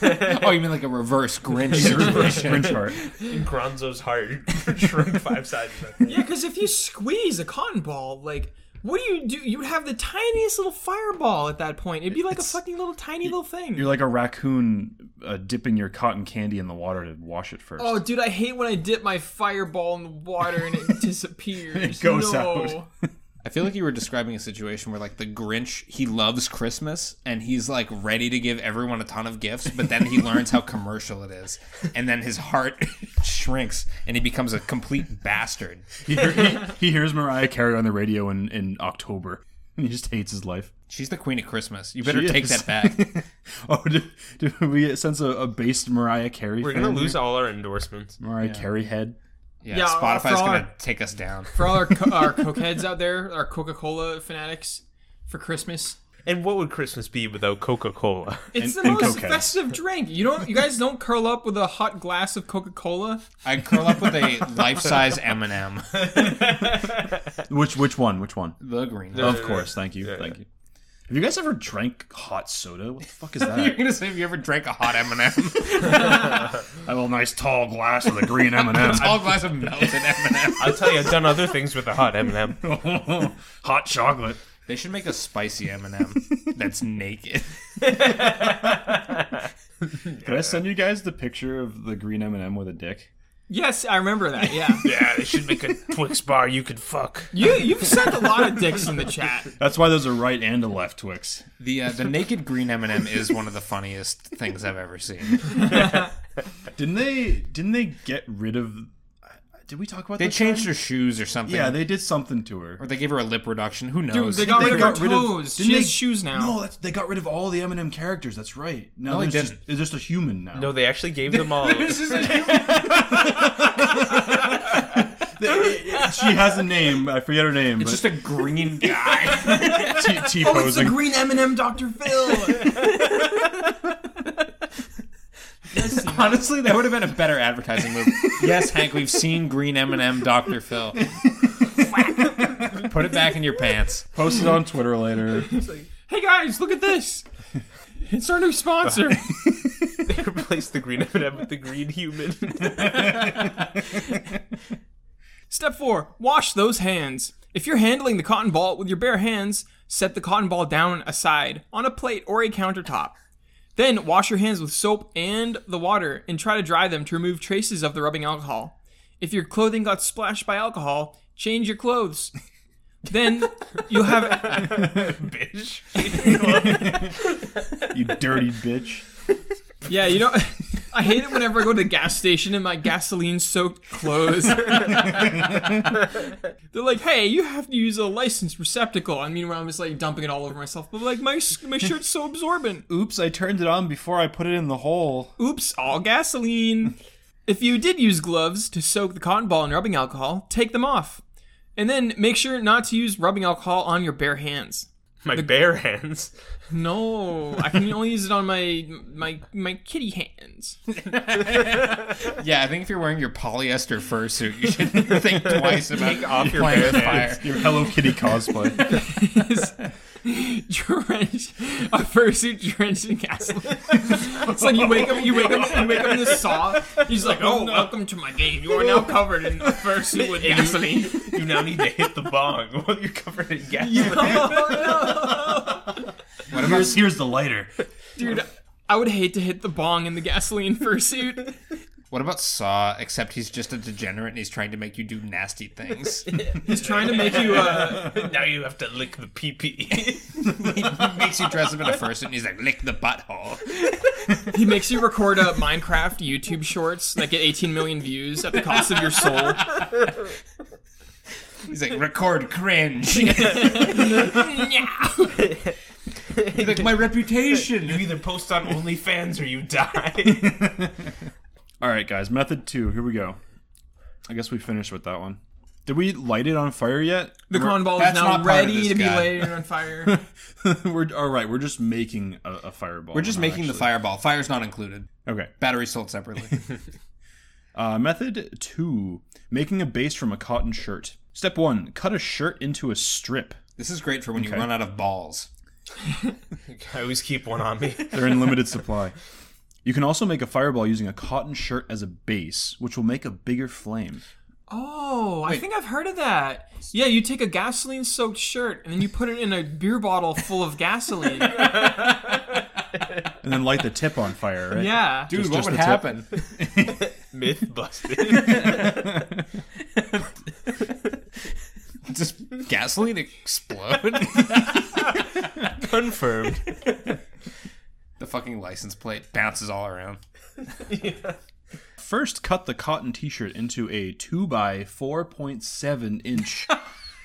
[SPEAKER 1] oh, you mean like a reverse Grinch situation?
[SPEAKER 4] Grinch heart.
[SPEAKER 2] In Gronzo's heart, shrink five sizes.
[SPEAKER 3] Yeah, because if you squeeze a cotton ball, like, what do you do? You'd have the tiniest little fireball at that point. It'd be like a fucking little tiny little
[SPEAKER 4] You're
[SPEAKER 3] thing.
[SPEAKER 4] like a raccoon uh, dipping your cotton candy in the water to wash it first.
[SPEAKER 3] Oh, dude, I hate when I dip my fireball in the water and it disappears.
[SPEAKER 4] It goes
[SPEAKER 3] no.
[SPEAKER 4] out.
[SPEAKER 1] I feel like you were describing a situation where like the Grinch, he loves Christmas and he's like ready to give everyone a ton of gifts, but then he learns how commercial it is, and then his heart shrinks and he becomes a complete bastard.
[SPEAKER 4] He, he, he hears Mariah Carey on the radio in, in October, and he just hates his life.
[SPEAKER 1] She's the queen of Christmas. You better
[SPEAKER 4] She
[SPEAKER 1] take
[SPEAKER 4] is.
[SPEAKER 1] that back.
[SPEAKER 4] oh, did, did we sense a, a based Mariah Carey?
[SPEAKER 2] We're
[SPEAKER 4] fan
[SPEAKER 2] gonna
[SPEAKER 4] here?
[SPEAKER 2] lose all our endorsements.
[SPEAKER 4] Mariah Carey head.
[SPEAKER 1] Yeah,
[SPEAKER 3] Yeah,
[SPEAKER 1] Spotify's
[SPEAKER 3] for our-
[SPEAKER 1] gonna take us down.
[SPEAKER 3] For all our, co- our cokeheads out there, our Coca Cola fanatics, for Christmas.
[SPEAKER 2] And what would Christmas be without Coca Cola?
[SPEAKER 3] It's
[SPEAKER 4] And-
[SPEAKER 3] the
[SPEAKER 4] and
[SPEAKER 3] most
[SPEAKER 4] cokeheads.
[SPEAKER 3] festive drink. You don't. You guys don't curl up with a hot glass of Coca Cola.
[SPEAKER 1] I curl up with a life-size M&M.
[SPEAKER 4] Which which one? Which one?
[SPEAKER 1] The green.
[SPEAKER 4] Of course. Thank you. thank you. Have you guys ever drank hot soda? What the fuck is that?
[SPEAKER 1] gonna say if you ever drank a hot M&M,
[SPEAKER 4] a little nice tall glass with a green M and m
[SPEAKER 1] all glass of melted M&M.
[SPEAKER 2] I'll tell you, I've done other things with a hot M&M.
[SPEAKER 4] hot chocolate.
[SPEAKER 1] They should make a spicy M&M that's naked.
[SPEAKER 4] Did I send you guys the picture of the green M and m with a dick?
[SPEAKER 3] Yes, I remember that. Yeah,
[SPEAKER 2] Yeah, they should make a Twix bar you could fuck.
[SPEAKER 3] you you've sent a lot of dicks in the chat.
[SPEAKER 4] That's why there's a right and a left Twix.
[SPEAKER 1] The uh, the naked green M&M is one of the funniest things I've ever seen.
[SPEAKER 4] Didn't they? Didn't they get rid of? Did we talk about?
[SPEAKER 1] They
[SPEAKER 4] this
[SPEAKER 1] changed
[SPEAKER 4] one?
[SPEAKER 1] her shoes or something.
[SPEAKER 4] Yeah, they did something to her.
[SPEAKER 1] or they gave her a lip reduction. Who
[SPEAKER 3] Dude,
[SPEAKER 1] knows?
[SPEAKER 3] they got
[SPEAKER 4] They
[SPEAKER 3] rid of her
[SPEAKER 4] got rid of-
[SPEAKER 3] toes.
[SPEAKER 4] didn't
[SPEAKER 3] she
[SPEAKER 4] they-
[SPEAKER 3] has shoes now.
[SPEAKER 4] No, that's, they got rid of all the M and m characters. That's right. Now
[SPEAKER 1] they
[SPEAKER 4] there's just,
[SPEAKER 1] didn't.
[SPEAKER 4] there's just a human now.
[SPEAKER 2] No, they actually gave them all.
[SPEAKER 4] she has a name. I forget her name.
[SPEAKER 1] It's
[SPEAKER 4] But
[SPEAKER 1] just a green guy.
[SPEAKER 4] T
[SPEAKER 3] It's the
[SPEAKER 4] posing.
[SPEAKER 3] green M&M Dr. Phil.
[SPEAKER 1] Honestly, that would have been a better advertising move. yes, Hank, we've seen green M&M Dr. Phil. Put it back in your pants.
[SPEAKER 4] Post it on Twitter later.
[SPEAKER 3] hey guys, look at this. It's our new sponsor.
[SPEAKER 2] they replaced the green M&M with the green human.
[SPEAKER 3] Step four: wash those hands. If you're handling the cotton ball with your bare hands, set the cotton ball down aside on a plate or a countertop. Then wash your hands with soap and the water and try to dry them to remove traces of the rubbing alcohol. If your clothing got splashed by alcohol, change your clothes. then you'll have
[SPEAKER 2] Bitch.
[SPEAKER 4] You dirty bitch.
[SPEAKER 3] yeah, you know I hate it whenever I go to the gas station and my gasoline soaked clothes. They're like, "Hey, you have to use a licensed receptacle." I mean, when I'm just like dumping it all over myself, but like my my shirt's so absorbent.
[SPEAKER 4] Oops, I turned it on before I put it in the hole.
[SPEAKER 3] Oops, all gasoline. If you did use gloves to soak the cotton ball in rubbing alcohol, take them off. And then make sure not to use rubbing alcohol on your bare hands.
[SPEAKER 2] My bare hands.
[SPEAKER 3] No, I can only use it on my my my kitty hands.
[SPEAKER 1] Yeah, I think if you're wearing your polyester fursuit, you should think twice about
[SPEAKER 2] Take off your
[SPEAKER 1] playing
[SPEAKER 2] bare
[SPEAKER 1] with fire.
[SPEAKER 2] hands.
[SPEAKER 4] Your Hello Kitty cosplay.
[SPEAKER 3] Drench a fursuit drenched in gasoline. it's like you wake up, you wake up, you wake up in the saw. He's like, "Oh, welcome to my game. You are now covered in a fursuit with gasoline."
[SPEAKER 2] You now need to hit the bong while you're covered in gas.
[SPEAKER 1] Oh, What about
[SPEAKER 4] here's, here's the lighter.
[SPEAKER 3] Dude, I would hate to hit the bong in the gasoline fursuit.
[SPEAKER 1] what about Saw? Except he's just a degenerate and he's trying to make you do nasty things.
[SPEAKER 3] He's trying to make you uh
[SPEAKER 2] now you have to lick the pee pee.
[SPEAKER 1] he makes you dress up in a fursuit and he's like, lick the butthole.
[SPEAKER 3] he makes you record uh, Minecraft YouTube shorts that get 18 million views at the cost of your soul.
[SPEAKER 1] He's like, record cringe. He's like, my reputation.
[SPEAKER 2] you either post on OnlyFans or you die.
[SPEAKER 4] All right, guys. Method two. Here we go. I guess we finished with that one. Did we light it on fire yet?
[SPEAKER 3] The cotton ball is
[SPEAKER 1] That's
[SPEAKER 3] now
[SPEAKER 1] not part of
[SPEAKER 3] ready
[SPEAKER 1] this
[SPEAKER 3] to be
[SPEAKER 1] guy.
[SPEAKER 3] laid on fire.
[SPEAKER 4] we're all right. We're just making a, a fireball.
[SPEAKER 1] We're just making the fireball. Fire's not included.
[SPEAKER 4] Okay.
[SPEAKER 1] Battery sold separately.
[SPEAKER 4] Uh, method two: making a base from a cotton shirt. Step one: cut a shirt into a strip.
[SPEAKER 1] This is great for when you run out of balls.
[SPEAKER 2] I always keep one on me.
[SPEAKER 4] They're in limited supply. You can also make a fireball using a cotton shirt as a base, which will make a bigger flame.
[SPEAKER 3] Oh, I think I've heard of that. Yeah, you take a gasoline soaked shirt and then you put it in a beer bottle full of gasoline.
[SPEAKER 4] And then light the tip on fire, right?
[SPEAKER 3] Yeah.
[SPEAKER 1] Dude,
[SPEAKER 4] Just-
[SPEAKER 1] what
[SPEAKER 4] just
[SPEAKER 1] would
[SPEAKER 4] the tip.
[SPEAKER 1] happen?
[SPEAKER 2] Myth busted.
[SPEAKER 1] Does gasoline explode?
[SPEAKER 2] Confirmed.
[SPEAKER 1] the fucking license plate bounces all around.
[SPEAKER 4] First, cut the cotton T-shirt into a two by four point seven inch.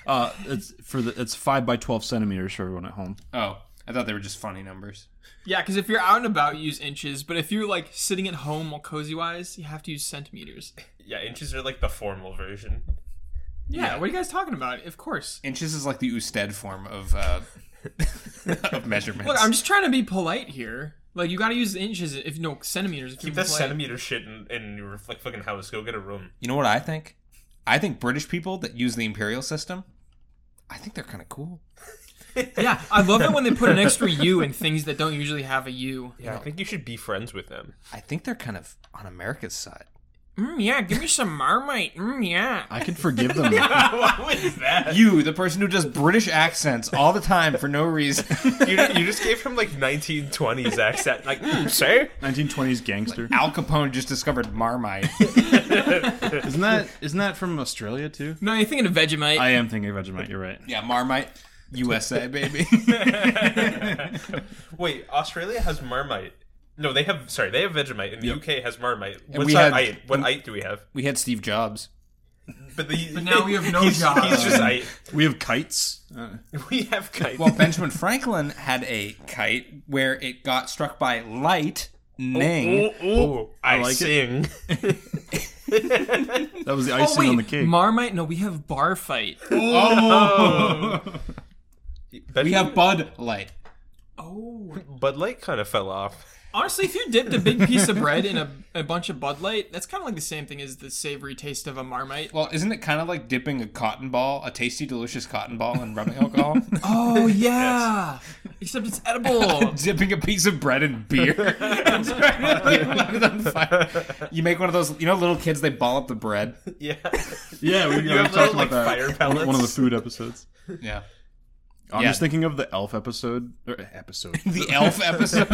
[SPEAKER 4] uh, it's for the it's five by twelve centimeters for everyone at home.
[SPEAKER 1] Oh, I thought they were just funny numbers.
[SPEAKER 3] Yeah, because if you're out and about, you use inches. But if you're like sitting at home all cozy wise, you have to use centimeters.
[SPEAKER 2] Yeah, inches are like the formal version.
[SPEAKER 3] Yeah, what are you guys talking about? Of course.
[SPEAKER 1] Inches is like the Usted form of uh, of measurements.
[SPEAKER 3] Look, I'm just trying to be polite here. Like you got to use inches if no centimeters. If
[SPEAKER 2] Keep
[SPEAKER 3] you're
[SPEAKER 2] that
[SPEAKER 3] polite.
[SPEAKER 2] centimeter shit in, in your like fucking house. Go get a room.
[SPEAKER 1] you know what I think? I think British people that use the imperial system, I think they're kind of cool.
[SPEAKER 3] Yeah, I love it when they put an extra U in things that don't usually have a U.
[SPEAKER 2] Yeah, I think you should be friends with them.
[SPEAKER 1] I think they're kind of on America's side.
[SPEAKER 3] Mm, yeah, give me some marmite. Mm, yeah.
[SPEAKER 4] I can forgive them.
[SPEAKER 2] what was that?
[SPEAKER 1] You, the person who does British accents all the time for no reason.
[SPEAKER 2] You, you just gave him like 1920s accent. Like, mm, sir?
[SPEAKER 4] 1920s gangster.
[SPEAKER 1] Al Capone just discovered Marmite.
[SPEAKER 4] Isn't that isn't that from Australia too?
[SPEAKER 3] No, you're thinking of Vegemite.
[SPEAKER 4] I am thinking of Vegemite. You're right.
[SPEAKER 1] yeah, Marmite, USA, baby.
[SPEAKER 2] Wait, Australia has Marmite. No, they have, sorry, they have Vegemite, and the UK has Marmite. What's
[SPEAKER 1] we had-
[SPEAKER 2] that Ite? What Ite do we have?
[SPEAKER 1] we had Steve Jobs.
[SPEAKER 2] But, the, but
[SPEAKER 3] now we have no
[SPEAKER 2] he's,
[SPEAKER 3] job.
[SPEAKER 2] He's just Ite.
[SPEAKER 4] We have kites. Uh,
[SPEAKER 2] We have kite.
[SPEAKER 1] Well, Benjamin Franklin had a kite where it got struck by light, Ning.
[SPEAKER 2] Ooh, ooh, I,
[SPEAKER 4] like it.
[SPEAKER 2] sing.
[SPEAKER 4] that was the icing on the cake.
[SPEAKER 3] Oh, Marmite? No, we have bar fight.
[SPEAKER 4] Oh.
[SPEAKER 1] We have Bud Light.
[SPEAKER 3] Oh.
[SPEAKER 2] Bud Light kind of fell off.
[SPEAKER 3] Honestly, if you dipped a big piece of bread in a, a bunch of Bud Light, that's kind of like the same thing as the savory taste of a Marmite.
[SPEAKER 1] Well, isn't it kind of like dipping a cotton ball, a tasty, delicious cotton ball, in rubbing alcohol?
[SPEAKER 3] Oh, yeah. Except it's edible.
[SPEAKER 1] dipping a piece of bread in beer. and trying to light it on fire. You make one of those, you know, little kids, they ball up the bread.
[SPEAKER 2] Yeah.
[SPEAKER 4] yeah, we, yeah, we
[SPEAKER 2] have
[SPEAKER 4] talked
[SPEAKER 2] little,
[SPEAKER 4] about
[SPEAKER 2] like,
[SPEAKER 4] that.
[SPEAKER 2] fire
[SPEAKER 4] One- One of the
[SPEAKER 2] pellets.
[SPEAKER 4] food episodes.
[SPEAKER 1] Yeah.
[SPEAKER 4] I'm
[SPEAKER 1] Yeah.
[SPEAKER 4] just thinking of the elf episode or eh, episode
[SPEAKER 1] The elf episode.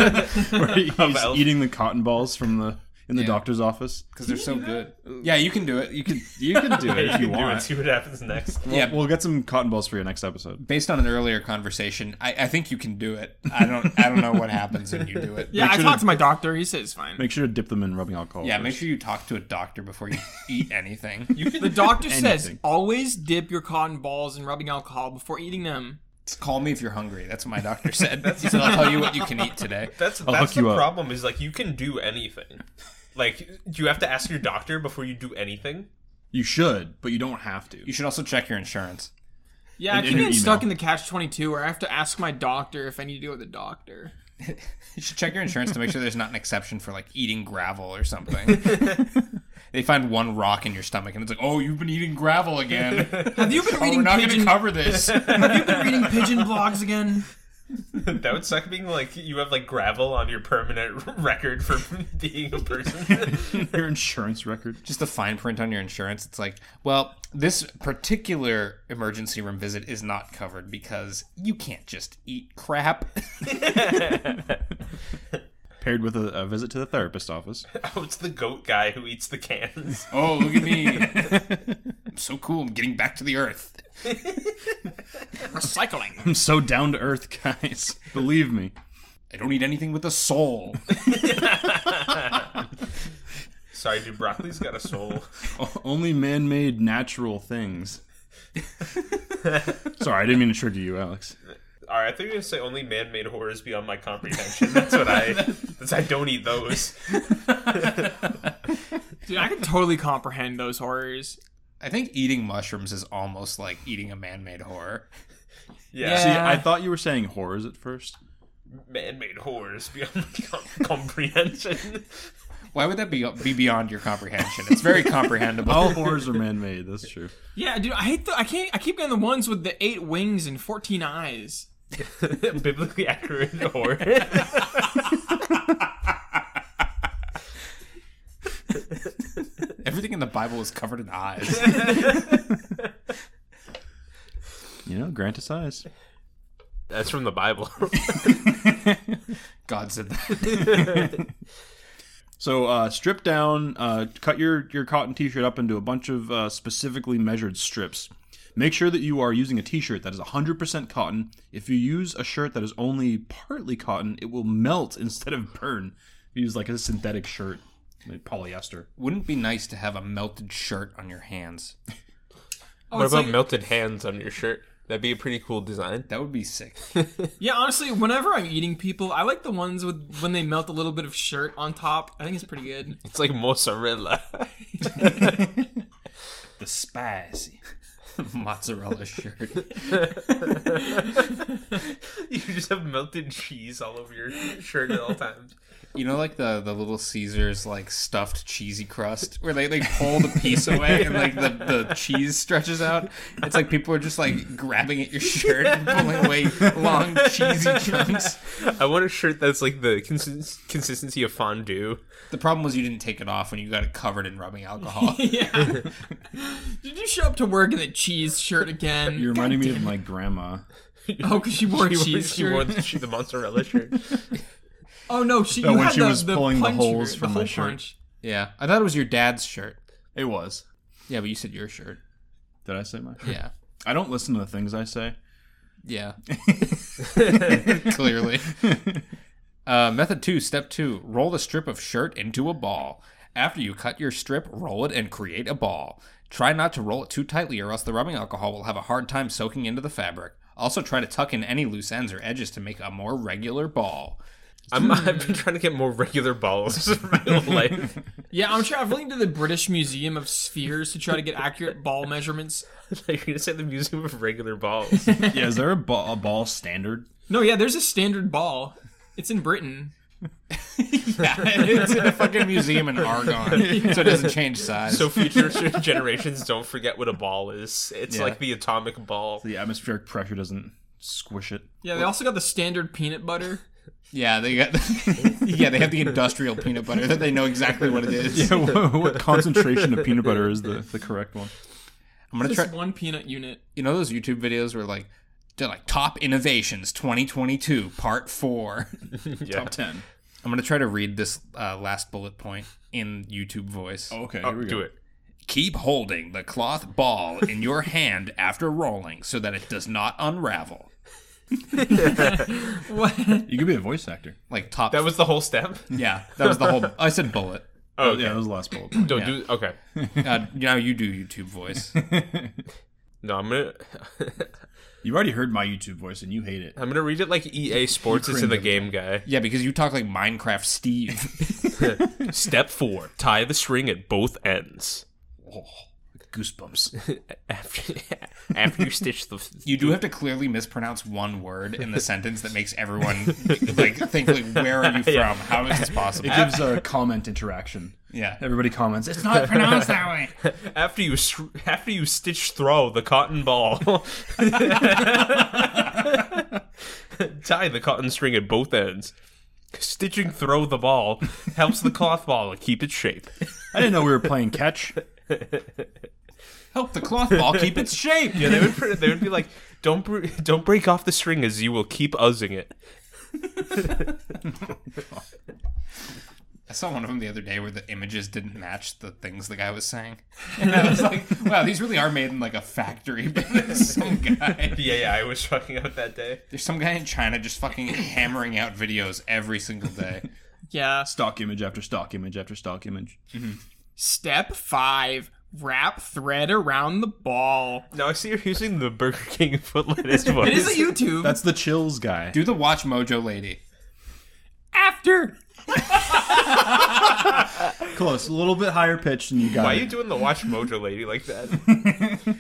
[SPEAKER 4] where he's
[SPEAKER 2] elf.
[SPEAKER 4] eating the cotton balls from the in the doctor's office.
[SPEAKER 1] Because they're so good. Yeah, you can do it. You can.
[SPEAKER 4] You can do it
[SPEAKER 2] you
[SPEAKER 4] if you
[SPEAKER 2] can do it,
[SPEAKER 4] want.
[SPEAKER 2] see what happens next.
[SPEAKER 1] Yeah,
[SPEAKER 4] We'll get some cotton balls for your next episode.
[SPEAKER 1] based on an earlier conversation, I, I think you can do it. I don't. I don't know what happens when you do it.
[SPEAKER 3] yeah, I
[SPEAKER 4] sure
[SPEAKER 3] talked
[SPEAKER 4] to-
[SPEAKER 3] to my doctor. He says it's fine.
[SPEAKER 4] Make sure to dip them in rubbing alcohol.
[SPEAKER 1] Yeah,
[SPEAKER 4] first.
[SPEAKER 1] make sure you talk to a doctor before you eat anything.
[SPEAKER 2] You
[SPEAKER 3] the
[SPEAKER 2] can
[SPEAKER 3] doctor says
[SPEAKER 4] Anything.
[SPEAKER 3] always dip your cotton balls in rubbing alcohol before eating them.
[SPEAKER 1] Just call me if you're hungry. That's what my doctor said. He said, I'll tell you what you can eat today.
[SPEAKER 2] That's
[SPEAKER 4] hook
[SPEAKER 2] that's
[SPEAKER 4] you
[SPEAKER 2] the
[SPEAKER 4] up.
[SPEAKER 2] problem is like you can do anything. Like do you have to ask your doctor before you do anything?
[SPEAKER 4] you should, but you don't have to.
[SPEAKER 1] You should also check your insurance.
[SPEAKER 3] Yeah, I
[SPEAKER 4] in
[SPEAKER 3] keep
[SPEAKER 4] your
[SPEAKER 3] getting stuck
[SPEAKER 4] email.
[SPEAKER 3] in the catch twenty two where I have to ask my doctor if I need to go to the doctor.
[SPEAKER 1] You should check your insurance to make sure there's not an exception for like eating gravel or something. they find one rock in your stomach and it's like, oh, you've been eating gravel again.
[SPEAKER 3] Have you been
[SPEAKER 1] oh, we're
[SPEAKER 3] reading
[SPEAKER 1] not going to
[SPEAKER 3] pigeon?
[SPEAKER 1] cover this.
[SPEAKER 3] have you been reading pigeon blogs again?
[SPEAKER 2] That would suck being like you have like gravel on your permanent record for being a person.
[SPEAKER 4] Your insurance record.
[SPEAKER 1] Just the fine print on your insurance. It's like, well, this particular emergency room visit is not covered because you can't just eat crap.
[SPEAKER 4] Paired with a, a visit to the therapist office.
[SPEAKER 2] oh, it's the goat guy who eats the cans.
[SPEAKER 1] oh, look at me. I'm so cool. I'm getting back to the earth.
[SPEAKER 3] Recycling.
[SPEAKER 4] I'm so down to earth, guys. Believe me.
[SPEAKER 1] I don't eat anything with a soul.
[SPEAKER 2] Sorry, dude, broccoli's got a soul.
[SPEAKER 4] O- only man made natural things. Sorry, I didn't mean to trigger you, Alex.
[SPEAKER 2] All right, I think you're gonna say only man-made horrors beyond my comprehension. That's what I. That's I don't eat those.
[SPEAKER 3] Dude, I can totally comprehend those horrors.
[SPEAKER 1] I think eating mushrooms is almost like eating a man made horror.
[SPEAKER 4] See,
[SPEAKER 2] Yeah,
[SPEAKER 3] Yeah.
[SPEAKER 4] I thought you were saying horrors at first.
[SPEAKER 2] man-made horrors beyond my com- comprehension.
[SPEAKER 1] Why would that be, be beyond your comprehension? It's very comprehensible.
[SPEAKER 4] All horrors are man made, that's true.
[SPEAKER 3] Yeah, dude, I hate the I can't I keep getting the ones with the eight wings and fourteen eyes.
[SPEAKER 2] Biblically accurate horror.
[SPEAKER 1] Everything in the Bible is covered in eyes.
[SPEAKER 4] You know, grant us eyes.
[SPEAKER 2] That's from the Bible.
[SPEAKER 1] God said that.
[SPEAKER 4] So uh, strip down, uh, cut your, your cotton t shirt up into a bunch of uh, specifically measured strips. Make sure that you are using a t shirt that is 100% cotton. If you use a shirt that is only partly cotton, it will melt instead of burn. If you use like a synthetic shirt, like polyester.
[SPEAKER 1] Wouldn't it be nice to have a melted shirt on your hands?
[SPEAKER 3] Oh,
[SPEAKER 2] what
[SPEAKER 3] it's
[SPEAKER 2] about
[SPEAKER 3] like-
[SPEAKER 2] melted hands on your shirt? That'd be a pretty cool design.
[SPEAKER 1] That would be sick.
[SPEAKER 3] Yeah, honestly, whenever I'm eating people, I like the ones with when they melt a little bit of shirt on top. I think it's pretty good.
[SPEAKER 2] It's like mozzarella.
[SPEAKER 1] The spicy mozzarella shirt.
[SPEAKER 2] you just have melted cheese all over your shirt at all times.
[SPEAKER 1] You know, like the the little Caesars like stuffed cheesy crust, where they like pull the piece away and like the the cheese stretches out. It's like people are just like grabbing at your shirt and pulling away long cheesy chunks.
[SPEAKER 2] I want a shirt that's like the consist- consistency of fondue.
[SPEAKER 1] The problem was you didn't take it off when you got it covered in rubbing alcohol.
[SPEAKER 3] Yeah. Did you show up to work in a cheese shirt again?
[SPEAKER 4] You're reminding me of my grandma.
[SPEAKER 3] Oh, because she wore a
[SPEAKER 2] She wore-
[SPEAKER 3] cheese
[SPEAKER 2] she
[SPEAKER 3] shirt.
[SPEAKER 2] wore the, she- the mozzarella shirt.
[SPEAKER 3] Oh no, she.
[SPEAKER 4] No,
[SPEAKER 3] you
[SPEAKER 4] when
[SPEAKER 3] had
[SPEAKER 4] she
[SPEAKER 3] the,
[SPEAKER 4] was
[SPEAKER 3] the
[SPEAKER 4] pulling the
[SPEAKER 3] punch
[SPEAKER 4] holes
[SPEAKER 3] shirt,
[SPEAKER 4] from
[SPEAKER 3] the
[SPEAKER 4] my
[SPEAKER 3] hole
[SPEAKER 4] shirt.
[SPEAKER 3] punch.
[SPEAKER 1] yeah, I thought it was your dad's shirt.
[SPEAKER 4] It was.
[SPEAKER 1] Yeah, but you said your shirt.
[SPEAKER 4] Did I say my?
[SPEAKER 1] Yeah,
[SPEAKER 4] I don't listen to the things I say.
[SPEAKER 1] yeah. Clearly. Uh, method two, step two: roll the strip of shirt into a ball. After you cut your strip, roll it and create a ball. Try not to roll it too tightly, or else the rubbing alcohol will have a hard time soaking into the fabric. Also, try to tuck in any loose ends or edges to make a more regular ball.
[SPEAKER 2] I'm, I've been trying to get more regular balls for my whole life.
[SPEAKER 3] Yeah, I'm traveling to the British Museum of Spheres to try to get accurate ball measurements.
[SPEAKER 2] You're gonna say the museum of regular balls.
[SPEAKER 4] yeah, is there a, ba- a ball standard?
[SPEAKER 3] No, yeah, there's a standard ball. It's in Britain.
[SPEAKER 1] it's in a fucking museum in Argonne, so it doesn't change size.
[SPEAKER 2] So future generations don't forget what a ball is. It's
[SPEAKER 4] Yeah.
[SPEAKER 2] like the atomic ball.
[SPEAKER 4] The atmospheric pressure doesn't squish it.
[SPEAKER 3] Yeah, they also got the standard peanut butter.
[SPEAKER 1] yeah, they got yeah they have the industrial peanut butter that they know exactly what it is.
[SPEAKER 4] Yeah, what, what concentration of peanut butter is the, the correct one?
[SPEAKER 1] I'm gonna try.
[SPEAKER 3] Just one peanut unit.
[SPEAKER 1] you know those YouTube videos where like they're like top innovations 2022 part 4.
[SPEAKER 2] Yeah.
[SPEAKER 4] 10.
[SPEAKER 1] I'm going to try to read this uh, last bullet point in YouTube voice.
[SPEAKER 4] Oh,
[SPEAKER 2] Oh.
[SPEAKER 4] Okay, here we go.
[SPEAKER 2] Do it.
[SPEAKER 1] Keep holding the cloth ball in your hand after rolling so that it does not unravel.
[SPEAKER 3] What?
[SPEAKER 4] You could be a voice actor.
[SPEAKER 1] Like top
[SPEAKER 2] That was the whole step.
[SPEAKER 1] Yeah, that was the whole I said bullet.
[SPEAKER 2] Oh,
[SPEAKER 4] Yeah,
[SPEAKER 2] okay.
[SPEAKER 4] that was the last bullet point.
[SPEAKER 2] Don't do. Okay.
[SPEAKER 1] Uh, now you do YouTube voice.
[SPEAKER 2] No, I'm gonna.
[SPEAKER 4] You've already heard my YouTube voice and you hate it.
[SPEAKER 2] I'm gonna read it like EA Sports is in the game guy.
[SPEAKER 1] Yeah, because you talk like Minecraft Steve.
[SPEAKER 2] Step four: tie the string at both ends.
[SPEAKER 4] goosebumps.
[SPEAKER 2] after after you stitch the
[SPEAKER 1] You do have to clearly mispronounce one word in the sentence that makes everyone like think like where are you from? How is this possible?
[SPEAKER 4] It gives a comment interaction.
[SPEAKER 1] Yeah.
[SPEAKER 4] Everybody comments. It's not.
[SPEAKER 1] Not pronounced that way.
[SPEAKER 2] after you s- after you stitch throw the cotton ball tie the cotton string at both ends stitching throw the ball helps the cloth ball keep its shape
[SPEAKER 4] I didn't know we were playing catch.
[SPEAKER 1] Help the cloth ball keep its shape.
[SPEAKER 2] yeah they would pr- they would be like don't br- don't break off the string as you will keep uzzing it
[SPEAKER 1] I saw one of them the other day where the images didn't match the things the guy was saying. And I was like, wow, these really are made in like a factory by some guy.
[SPEAKER 2] yeah yeah i was fucking out that day
[SPEAKER 1] There's some guy in China just fucking hammering out videos every single day.
[SPEAKER 3] Yeah.
[SPEAKER 4] Stock image after stock image after stock image.
[SPEAKER 3] Step five. Wrap thread around the ball.
[SPEAKER 2] now i see you're using the burger king foot lettuce voice
[SPEAKER 3] It is a YouTube.
[SPEAKER 4] That's the chills guy.
[SPEAKER 1] Do the Watch Mojo lady.
[SPEAKER 3] after.
[SPEAKER 4] Close. A little bit higher pitch than you got.
[SPEAKER 2] why are
[SPEAKER 4] it.
[SPEAKER 2] you doing the watch mojo lady like that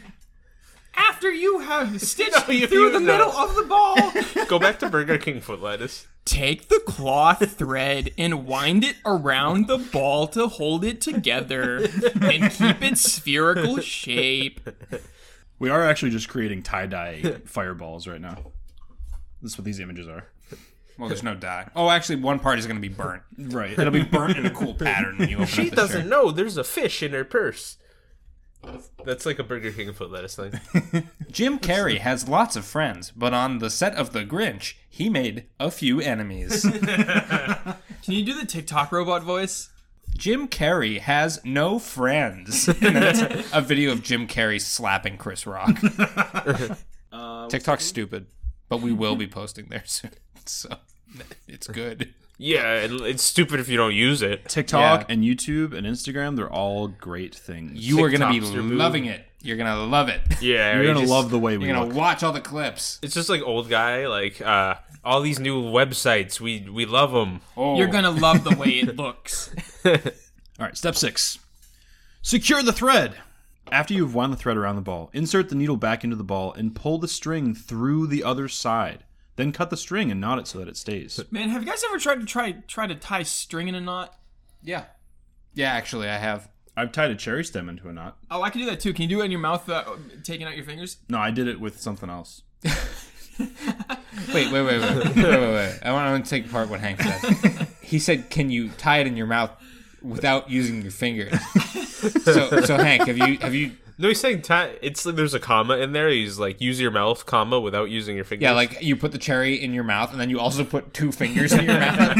[SPEAKER 3] After you have stitched
[SPEAKER 2] you-
[SPEAKER 3] through
[SPEAKER 2] you
[SPEAKER 3] the
[SPEAKER 2] know.
[SPEAKER 3] middle of the ball,
[SPEAKER 2] go back to burger king foot lettuce
[SPEAKER 3] take the cloth thread and wind it around the ball to hold it together and keep its spherical shape.
[SPEAKER 4] we are actually just creating tie dye fireballs right now. That's what these images are.
[SPEAKER 1] Well, there's no dye. Oh, actually, one part is going to be burnt.
[SPEAKER 4] Right.
[SPEAKER 1] It'll be burnt in a cool pattern when you open
[SPEAKER 2] She
[SPEAKER 1] up the
[SPEAKER 2] doesn't
[SPEAKER 1] shirt.
[SPEAKER 2] know there's a fish in her purse. That's like a Burger King foot lettuce thing.
[SPEAKER 1] Jim Carrey has lots of friends, but on the set of The Grinch, he made a few enemies.
[SPEAKER 3] Can you do the TikTok robot voice?
[SPEAKER 1] Jim Carrey has no friends. And then it's a video of Jim Carrey slapping Chris Rock. Uh, TikTok's stupid, but we will be posting there soon. So it's good.
[SPEAKER 2] yeah, it, it's stupid if you don't use it.
[SPEAKER 4] TikTok
[SPEAKER 1] Yeah.
[SPEAKER 4] and YouTube and Instagram, they're all great things.
[SPEAKER 1] You are going to be
[SPEAKER 2] TikTok's your move.
[SPEAKER 1] loving it. You're going to love it.
[SPEAKER 2] Yeah,
[SPEAKER 4] You're
[SPEAKER 2] it
[SPEAKER 4] gonna
[SPEAKER 2] just-
[SPEAKER 4] love the way we
[SPEAKER 1] You're going
[SPEAKER 4] look.
[SPEAKER 1] to watch all the clips.
[SPEAKER 2] It's just like old guy, like uh, all these new websites. We we love them.
[SPEAKER 1] Oh,
[SPEAKER 3] You're gonna love the way it looks.
[SPEAKER 4] All right, step six. Secure the thread. After you've wound the thread around the ball, insert the needle back into the ball and pull the string through the other side. Then cut the string and knot it so that it stays.
[SPEAKER 3] Man, have you guys ever tried to try try to tie string in a knot?
[SPEAKER 1] Yeah. Yeah, actually, I have.
[SPEAKER 4] I've tied a cherry stem into a knot.
[SPEAKER 3] Oh, I can do that too. Can you do it in your mouth, uh, taking out your fingers?
[SPEAKER 4] No, I did it with something else.
[SPEAKER 1] Wait, wait, wait, wait, wait, wait, wait. I want to take apart what Hank said. He said, "Can you tie it in your mouth without using your fingers?" So, so Hank, have you have you?
[SPEAKER 2] No, he's saying ti it's like there's a comma in there. He's like use your mouth, comma without using your fingers.
[SPEAKER 1] Yeah, like you put the cherry in your mouth, and then you also put two fingers in your mouth.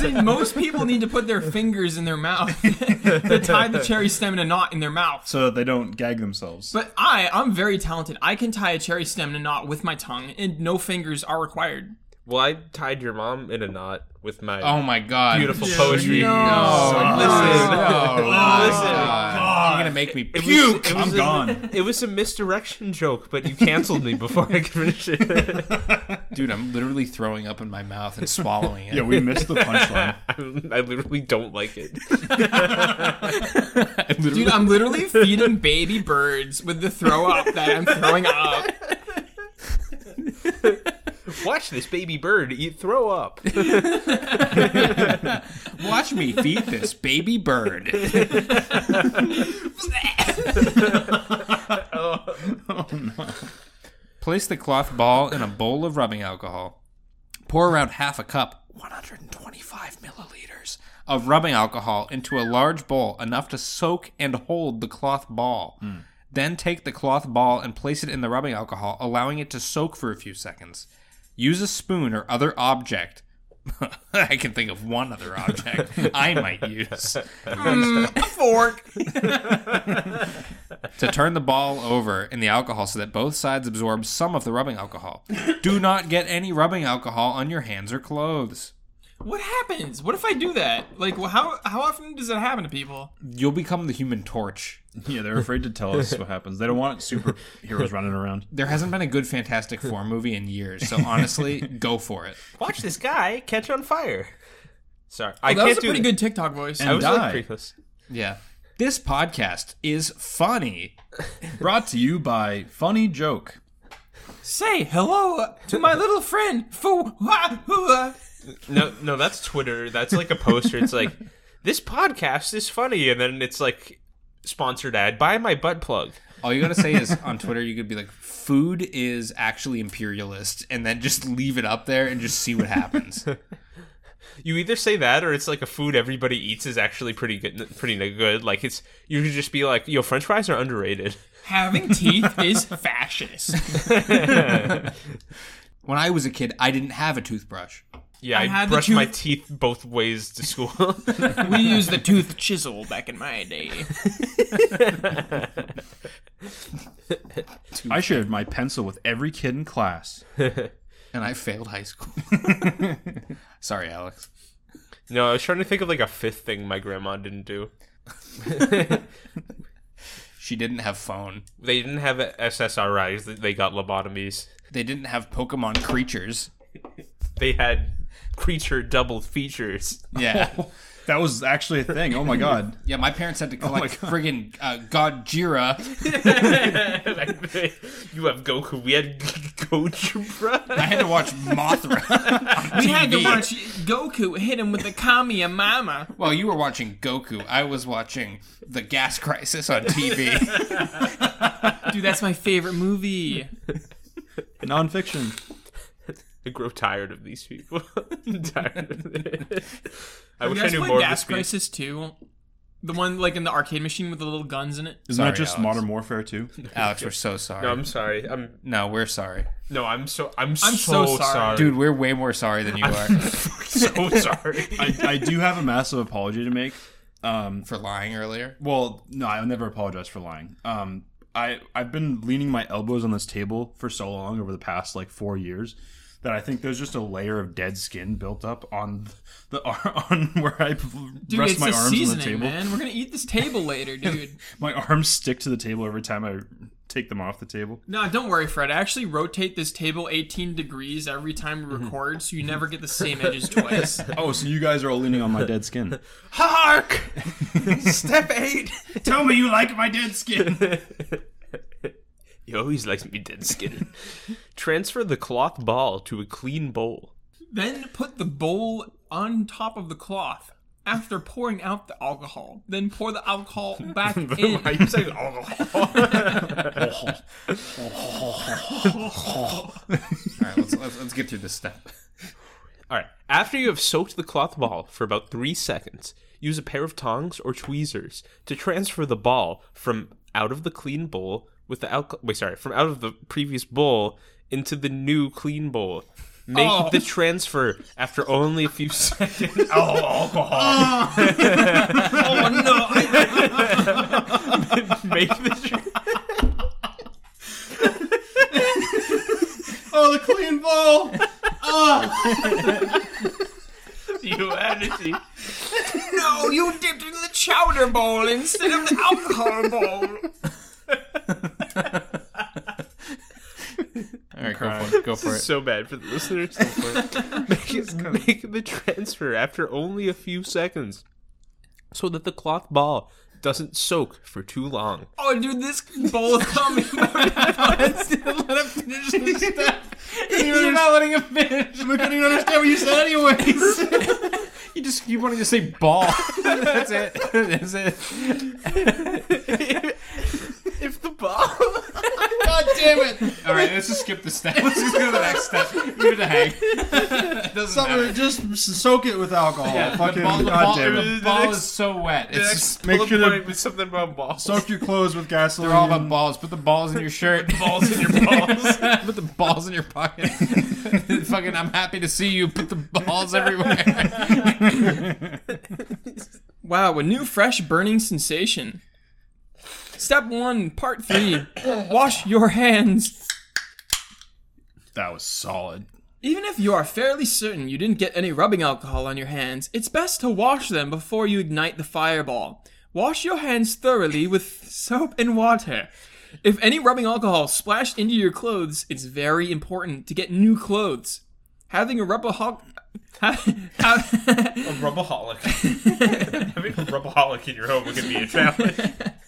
[SPEAKER 3] See, most people need to put their fingers in their mouth to tie the cherry stem in a knot in their mouth.
[SPEAKER 4] So that they don't gag themselves.
[SPEAKER 3] But I, I'm very talented. I can tie a cherry stem in a knot with my tongue, and no fingers are required.
[SPEAKER 2] well, I tied your mom in a knot with my
[SPEAKER 1] Oh my god!
[SPEAKER 2] beautiful poetry.
[SPEAKER 1] Oh,
[SPEAKER 3] Suck.
[SPEAKER 1] listen,
[SPEAKER 3] Listen.
[SPEAKER 1] no,
[SPEAKER 2] Listen.
[SPEAKER 1] God. you're gonna make me
[SPEAKER 2] It was-
[SPEAKER 1] puke.
[SPEAKER 2] it was
[SPEAKER 4] Oh, I'm
[SPEAKER 2] a-
[SPEAKER 4] gone.
[SPEAKER 2] It was a misdirection joke, but you canceled me before I could finish it.
[SPEAKER 1] Dude, I'm literally throwing up in my mouth and swallowing it.
[SPEAKER 4] yeah, we missed the punchline.
[SPEAKER 2] I, I literally don't like it.
[SPEAKER 1] I literally-
[SPEAKER 3] Dude, I'm literally feeding baby birds with the throw up that I'm throwing up.
[SPEAKER 2] Watch this baby bird eat throw up.
[SPEAKER 1] watch me feed this baby bird. Oh, Place the cloth ball in a bowl of rubbing alcohol. Pour around half a cup, 125 milliliters, of rubbing alcohol into a large bowl enough to soak and hold the cloth ball. Then take the cloth ball and place it in the rubbing alcohol, allowing it to soak for a few seconds. Use a spoon or other object. I can think of one other object I might use
[SPEAKER 3] Mm, a fork.
[SPEAKER 1] to turn the ball over in the alcohol so that both sides absorb some of the rubbing alcohol. Do not get any rubbing alcohol on your hands or clothes.
[SPEAKER 3] What happens? What if I do that? Like, wh- how how often does that happen to people?
[SPEAKER 1] You'll become the human torch.
[SPEAKER 4] yeah, they're afraid to tell us what happens. They don't want superheroes running around.
[SPEAKER 1] There hasn't been a good Fantastic Four movie in years, so honestly, go for it.
[SPEAKER 2] Watch this guy catch on fire. Sorry, I
[SPEAKER 3] That
[SPEAKER 2] can't
[SPEAKER 3] was a
[SPEAKER 2] do
[SPEAKER 3] pretty
[SPEAKER 2] that.
[SPEAKER 3] good TikTok voice.
[SPEAKER 2] I was like
[SPEAKER 4] Die.
[SPEAKER 2] pretty close.
[SPEAKER 1] Yeah. This podcast is funny.
[SPEAKER 4] Brought to you by Funny Joke.
[SPEAKER 3] Say hello to my little friend. Foo wah, hoo, ah.
[SPEAKER 2] No, no, that's Twitter. That's like a poster. It's like this podcast is funny, and then it's like sponsored ad. Buy my butt plug.
[SPEAKER 1] All you gotta say is on Twitter, you could be like, "Food is actually imperialist," and then just leave it up there and just see what happens.
[SPEAKER 2] You either say that, or it's like a food everybody eats is actually pretty good. Pretty good. Like it's you could just be like, yo, French fries are underrated.
[SPEAKER 3] Having teeth is fascist.
[SPEAKER 1] when I was a kid, I didn't have a toothbrush.
[SPEAKER 2] Yeah, I,
[SPEAKER 3] had the
[SPEAKER 2] brushed my
[SPEAKER 3] tooth-
[SPEAKER 2] teeth both ways to school.
[SPEAKER 3] We used the tooth chisel back in my day.
[SPEAKER 4] I shaved my pencil with every kid in class.
[SPEAKER 1] and I failed high school. Sorry, Alex.
[SPEAKER 2] no, I was trying to think of like a fifth thing my grandma didn't do.
[SPEAKER 1] She didn't have phone.
[SPEAKER 2] They didn't have SSRIs. They- They got lobotomies.
[SPEAKER 1] They didn't have Pokemon creatures.
[SPEAKER 2] They had creature double features.
[SPEAKER 1] Yeah,
[SPEAKER 4] That was actually a thing. Oh my god.
[SPEAKER 1] yeah. My parents had to
[SPEAKER 3] Oh
[SPEAKER 1] collect
[SPEAKER 4] God.
[SPEAKER 1] friggin' uh, Gojira.
[SPEAKER 2] you have Goku. We had Gojira.
[SPEAKER 1] I had to watch Mothra.
[SPEAKER 3] We had to watch Goku hit him with the Kamiyamama.
[SPEAKER 1] Well, you were watching Goku. I was watching the Gas Crisis on TV.
[SPEAKER 3] Dude, that's my favorite movie.
[SPEAKER 4] Nonfiction.
[SPEAKER 2] I grow tired of these people. I'm tired of this. I
[SPEAKER 3] You
[SPEAKER 2] wish I
[SPEAKER 3] guys
[SPEAKER 2] knew
[SPEAKER 3] play
[SPEAKER 2] more of
[SPEAKER 3] Gas
[SPEAKER 2] this. piece.
[SPEAKER 3] Crisis 2? The one like in the arcade machine with the little guns in it?
[SPEAKER 4] Isn't
[SPEAKER 1] Sorry,
[SPEAKER 4] that just
[SPEAKER 1] Alex.
[SPEAKER 4] Modern Warfare 2?
[SPEAKER 1] Alex, we're so sorry.
[SPEAKER 2] No,
[SPEAKER 1] No,
[SPEAKER 2] I'm sorry. I'm
[SPEAKER 1] we're sorry,
[SPEAKER 2] no. I'm so. I'm,
[SPEAKER 3] so
[SPEAKER 2] so,
[SPEAKER 3] sorry.
[SPEAKER 2] sorry,
[SPEAKER 1] dude. We're way more sorry than you are
[SPEAKER 2] so sorry.
[SPEAKER 4] I, I do have a massive apology to make. Um,
[SPEAKER 1] for lying earlier.
[SPEAKER 4] well, no, I'll never apologize for lying. Um, I, I've been leaning my elbows on this table for so long over the past like four years that I think there's just a layer of dead skin built up on the ar- on where I
[SPEAKER 3] Dude,
[SPEAKER 4] rest
[SPEAKER 3] it's
[SPEAKER 4] my
[SPEAKER 3] the
[SPEAKER 4] arms on
[SPEAKER 3] seasoning,
[SPEAKER 4] the table.
[SPEAKER 3] man. We're gonna eat this table later, dude.
[SPEAKER 4] My arms stick to the table every time I take them off the table.
[SPEAKER 3] no, don't worry, Fred. I actually rotate this table 18 degrees every time we record, so you never get the same edges twice.
[SPEAKER 4] Oh, so you guys are all leaning on my dead skin.
[SPEAKER 2] Hark! Step eight.
[SPEAKER 4] Tell me you like my dead skin.
[SPEAKER 2] He always likes me dead skin. Transfer the cloth ball to a clean bowl.
[SPEAKER 3] Then put the bowl on top of the cloth. After pouring out the alcohol, then pour the alcohol back in.
[SPEAKER 2] Why are you saying
[SPEAKER 4] "Oh."
[SPEAKER 2] alcohol?
[SPEAKER 1] All right, let's, let's let's get through this step.
[SPEAKER 2] All right. After you have soaked the cloth ball for about three seconds, use a pair of tongs or tweezers to transfer the ball from out of the clean bowl with the alcohol. Wait, sorry, from out of the previous bowl into the new clean bowl. Make
[SPEAKER 3] Oh.
[SPEAKER 2] the transfer after only a few seconds.
[SPEAKER 4] Oh, alcohol.
[SPEAKER 3] Ah! Oh no! I,
[SPEAKER 2] Make the tra-
[SPEAKER 4] Oh, the clean ball.
[SPEAKER 2] you energy.
[SPEAKER 3] no, you dipped it in the chowder bowl instead of the alcohol bowl.
[SPEAKER 1] All right, go for it. Go for
[SPEAKER 2] This is
[SPEAKER 1] it.
[SPEAKER 2] so bad for the listeners. make, make the transfer after only a few seconds so that the cloth ball doesn't soak for too long.
[SPEAKER 3] Oh, dude, this bowl is coming.
[SPEAKER 1] Let him finish the step. You're not letting him finish. I couldn't even understand what you said, anyways. you just you wanted to say ball. That's it. That's it.
[SPEAKER 2] If the ball
[SPEAKER 1] God damn it! All right, let's just skip the step. Let's just go to the next step. Leave it to hang. It doesn't matter.
[SPEAKER 4] Just soak it with alcohol.
[SPEAKER 1] Yeah, the
[SPEAKER 4] Fucking
[SPEAKER 1] ball, the ball,
[SPEAKER 4] goddamn it.
[SPEAKER 1] the ball is so wet. It's just
[SPEAKER 4] Make
[SPEAKER 2] bullet
[SPEAKER 4] sure to-
[SPEAKER 2] point was something about balls.
[SPEAKER 4] Soak your clothes with gasoline.
[SPEAKER 1] all about balls. Put the balls in your shirt.
[SPEAKER 2] balls in your balls.
[SPEAKER 1] Put the balls in your pocket. Fucking, I'm happy to see you. Put the balls everywhere.
[SPEAKER 3] wow, a new, fresh, burning sensation. Step one, part three: wash your hands.
[SPEAKER 4] that was solid.
[SPEAKER 3] Even if you are fairly certain you didn't get any rubbing alcohol on your hands, it's best to wash them before you ignite the fireball. Wash your hands thoroughly with soap and water. If any rubbing alcohol splashed into your clothes, it's very important to get new clothes. having a rubber hog. having
[SPEAKER 2] Rubaholic. Having a rubaholic in your home is going to be a challenge.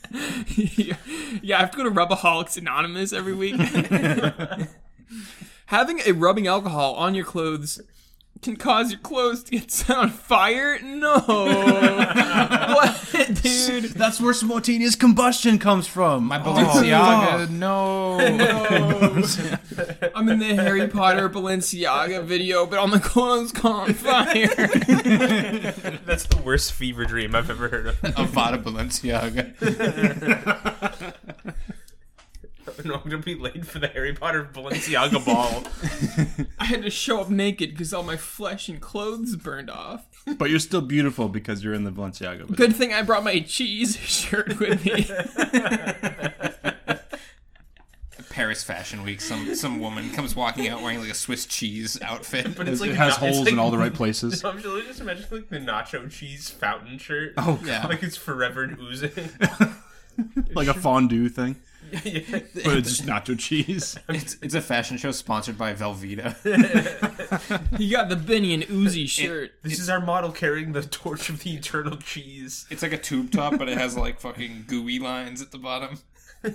[SPEAKER 3] yeah, I have to go to Rubberholics Anonymous every week. Having a rubbing alcohol on your clothes can cause your clothes to get set on fire? No. what, dude?
[SPEAKER 4] That's where Smotini's combustion comes from.
[SPEAKER 1] My
[SPEAKER 4] Balenciaga,
[SPEAKER 1] Balenciaga, no.
[SPEAKER 3] I'm in the Harry Potter Balenciaga video, but all my clothes caught on fire.
[SPEAKER 2] That's the worst fever dream I've ever heard of.
[SPEAKER 1] Avada Balenciaga.
[SPEAKER 2] No, I'm going to be late for the Harry Potter Balenciaga ball.
[SPEAKER 3] I had to show up naked because all my flesh and clothes burned off.
[SPEAKER 4] But you're still beautiful because you're in the Balenciaga. video.
[SPEAKER 3] Good thing I brought my cheese shirt with me.
[SPEAKER 1] Paris Fashion Week. Some some woman comes walking out wearing like a Swiss cheese outfit.
[SPEAKER 2] But it's
[SPEAKER 4] It
[SPEAKER 2] like
[SPEAKER 4] has
[SPEAKER 2] not- it's
[SPEAKER 4] holes
[SPEAKER 2] like-
[SPEAKER 4] in all the right places.
[SPEAKER 2] So I'm just, just imagining like the nacho cheese fountain shirt.
[SPEAKER 4] Oh,
[SPEAKER 1] Yeah.
[SPEAKER 2] Like it's forever oozing.
[SPEAKER 4] like a fondue thing,
[SPEAKER 2] yeah.
[SPEAKER 4] but it's just nacho cheese.
[SPEAKER 1] It's, it's a fashion show sponsored by Velveeta.
[SPEAKER 3] you got the Benny and Uzi shirt.
[SPEAKER 2] This is our model carrying the torch of the eternal cheese.
[SPEAKER 1] It's like a tube top, but it has like fucking gooey lines at the bottom.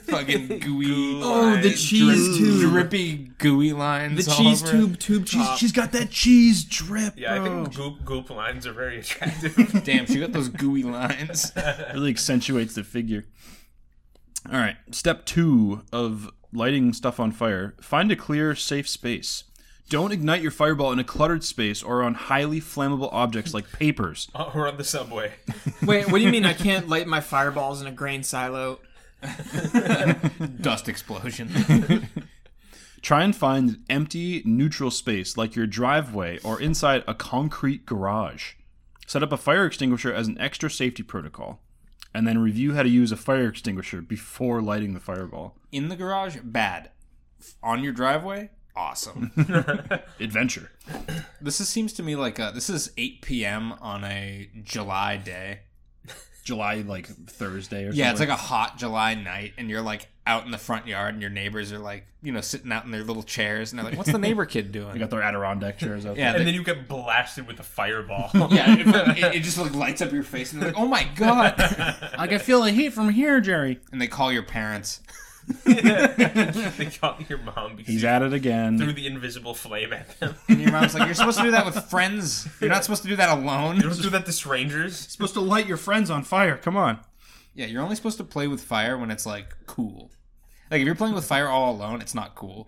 [SPEAKER 1] Fucking gooey.
[SPEAKER 3] Oh, the
[SPEAKER 1] lines, drip-
[SPEAKER 3] cheese tube.
[SPEAKER 1] Drippy gooey lines.
[SPEAKER 3] The
[SPEAKER 1] all
[SPEAKER 3] cheese
[SPEAKER 1] over it.
[SPEAKER 3] tube tube top.
[SPEAKER 4] got that cheese drip.
[SPEAKER 2] Uh, Yeah, I
[SPEAKER 4] Oh.
[SPEAKER 2] think goop goop lines are very attractive.
[SPEAKER 1] Damn, she got those gooey lines.
[SPEAKER 4] really accentuates the figure. All right, step two of lighting stuff on fire: find a clear, safe space. Don't ignite your fireball in a cluttered space or on highly flammable objects like papers.
[SPEAKER 2] Uh, We're on the subway.
[SPEAKER 3] Wait, what do you mean I can't light my fireballs in a grain silo?
[SPEAKER 1] Dust explosion.
[SPEAKER 4] Try and find an empty, neutral space like your driveway or inside a concrete garage. Set up a fire extinguisher as an extra safety protocol. And then review how to use a fire extinguisher before lighting the fireball.
[SPEAKER 1] In the garage, bad. On your driveway, awesome.
[SPEAKER 4] Adventure.
[SPEAKER 1] This is, seems to me like a, this is 8 p.m. on a July day.
[SPEAKER 4] July, like Thursday or
[SPEAKER 1] Yeah, it's like a hot July night, and you're like out in the front yard, and your neighbors are like, you know, sitting out in their little chairs, and they're like, "What's the neighbor kid doing?"
[SPEAKER 4] They got their Adirondack chairs out
[SPEAKER 1] yeah,
[SPEAKER 2] And
[SPEAKER 1] they-
[SPEAKER 2] then you get blasted with a fireball.
[SPEAKER 1] yeah, it, it- it just like lights up your face, and they're like, "Oh my god!"
[SPEAKER 4] there. I can feel the heat from here, Jerry.
[SPEAKER 1] And they call your parents.
[SPEAKER 2] they caught your mom because
[SPEAKER 4] He's
[SPEAKER 2] you
[SPEAKER 4] at it
[SPEAKER 2] threw
[SPEAKER 4] again.
[SPEAKER 2] the invisible flame at them.
[SPEAKER 1] And your mom's like, "You're supposed to do that with friends. You're not supposed to do that alone."
[SPEAKER 2] You don't do that to strangers.
[SPEAKER 4] supposed to light your friends on fire. Come on.
[SPEAKER 1] Yeah, you're only supposed to play with fire when it's like cool. Like if you're playing with fire all alone, it's not cool.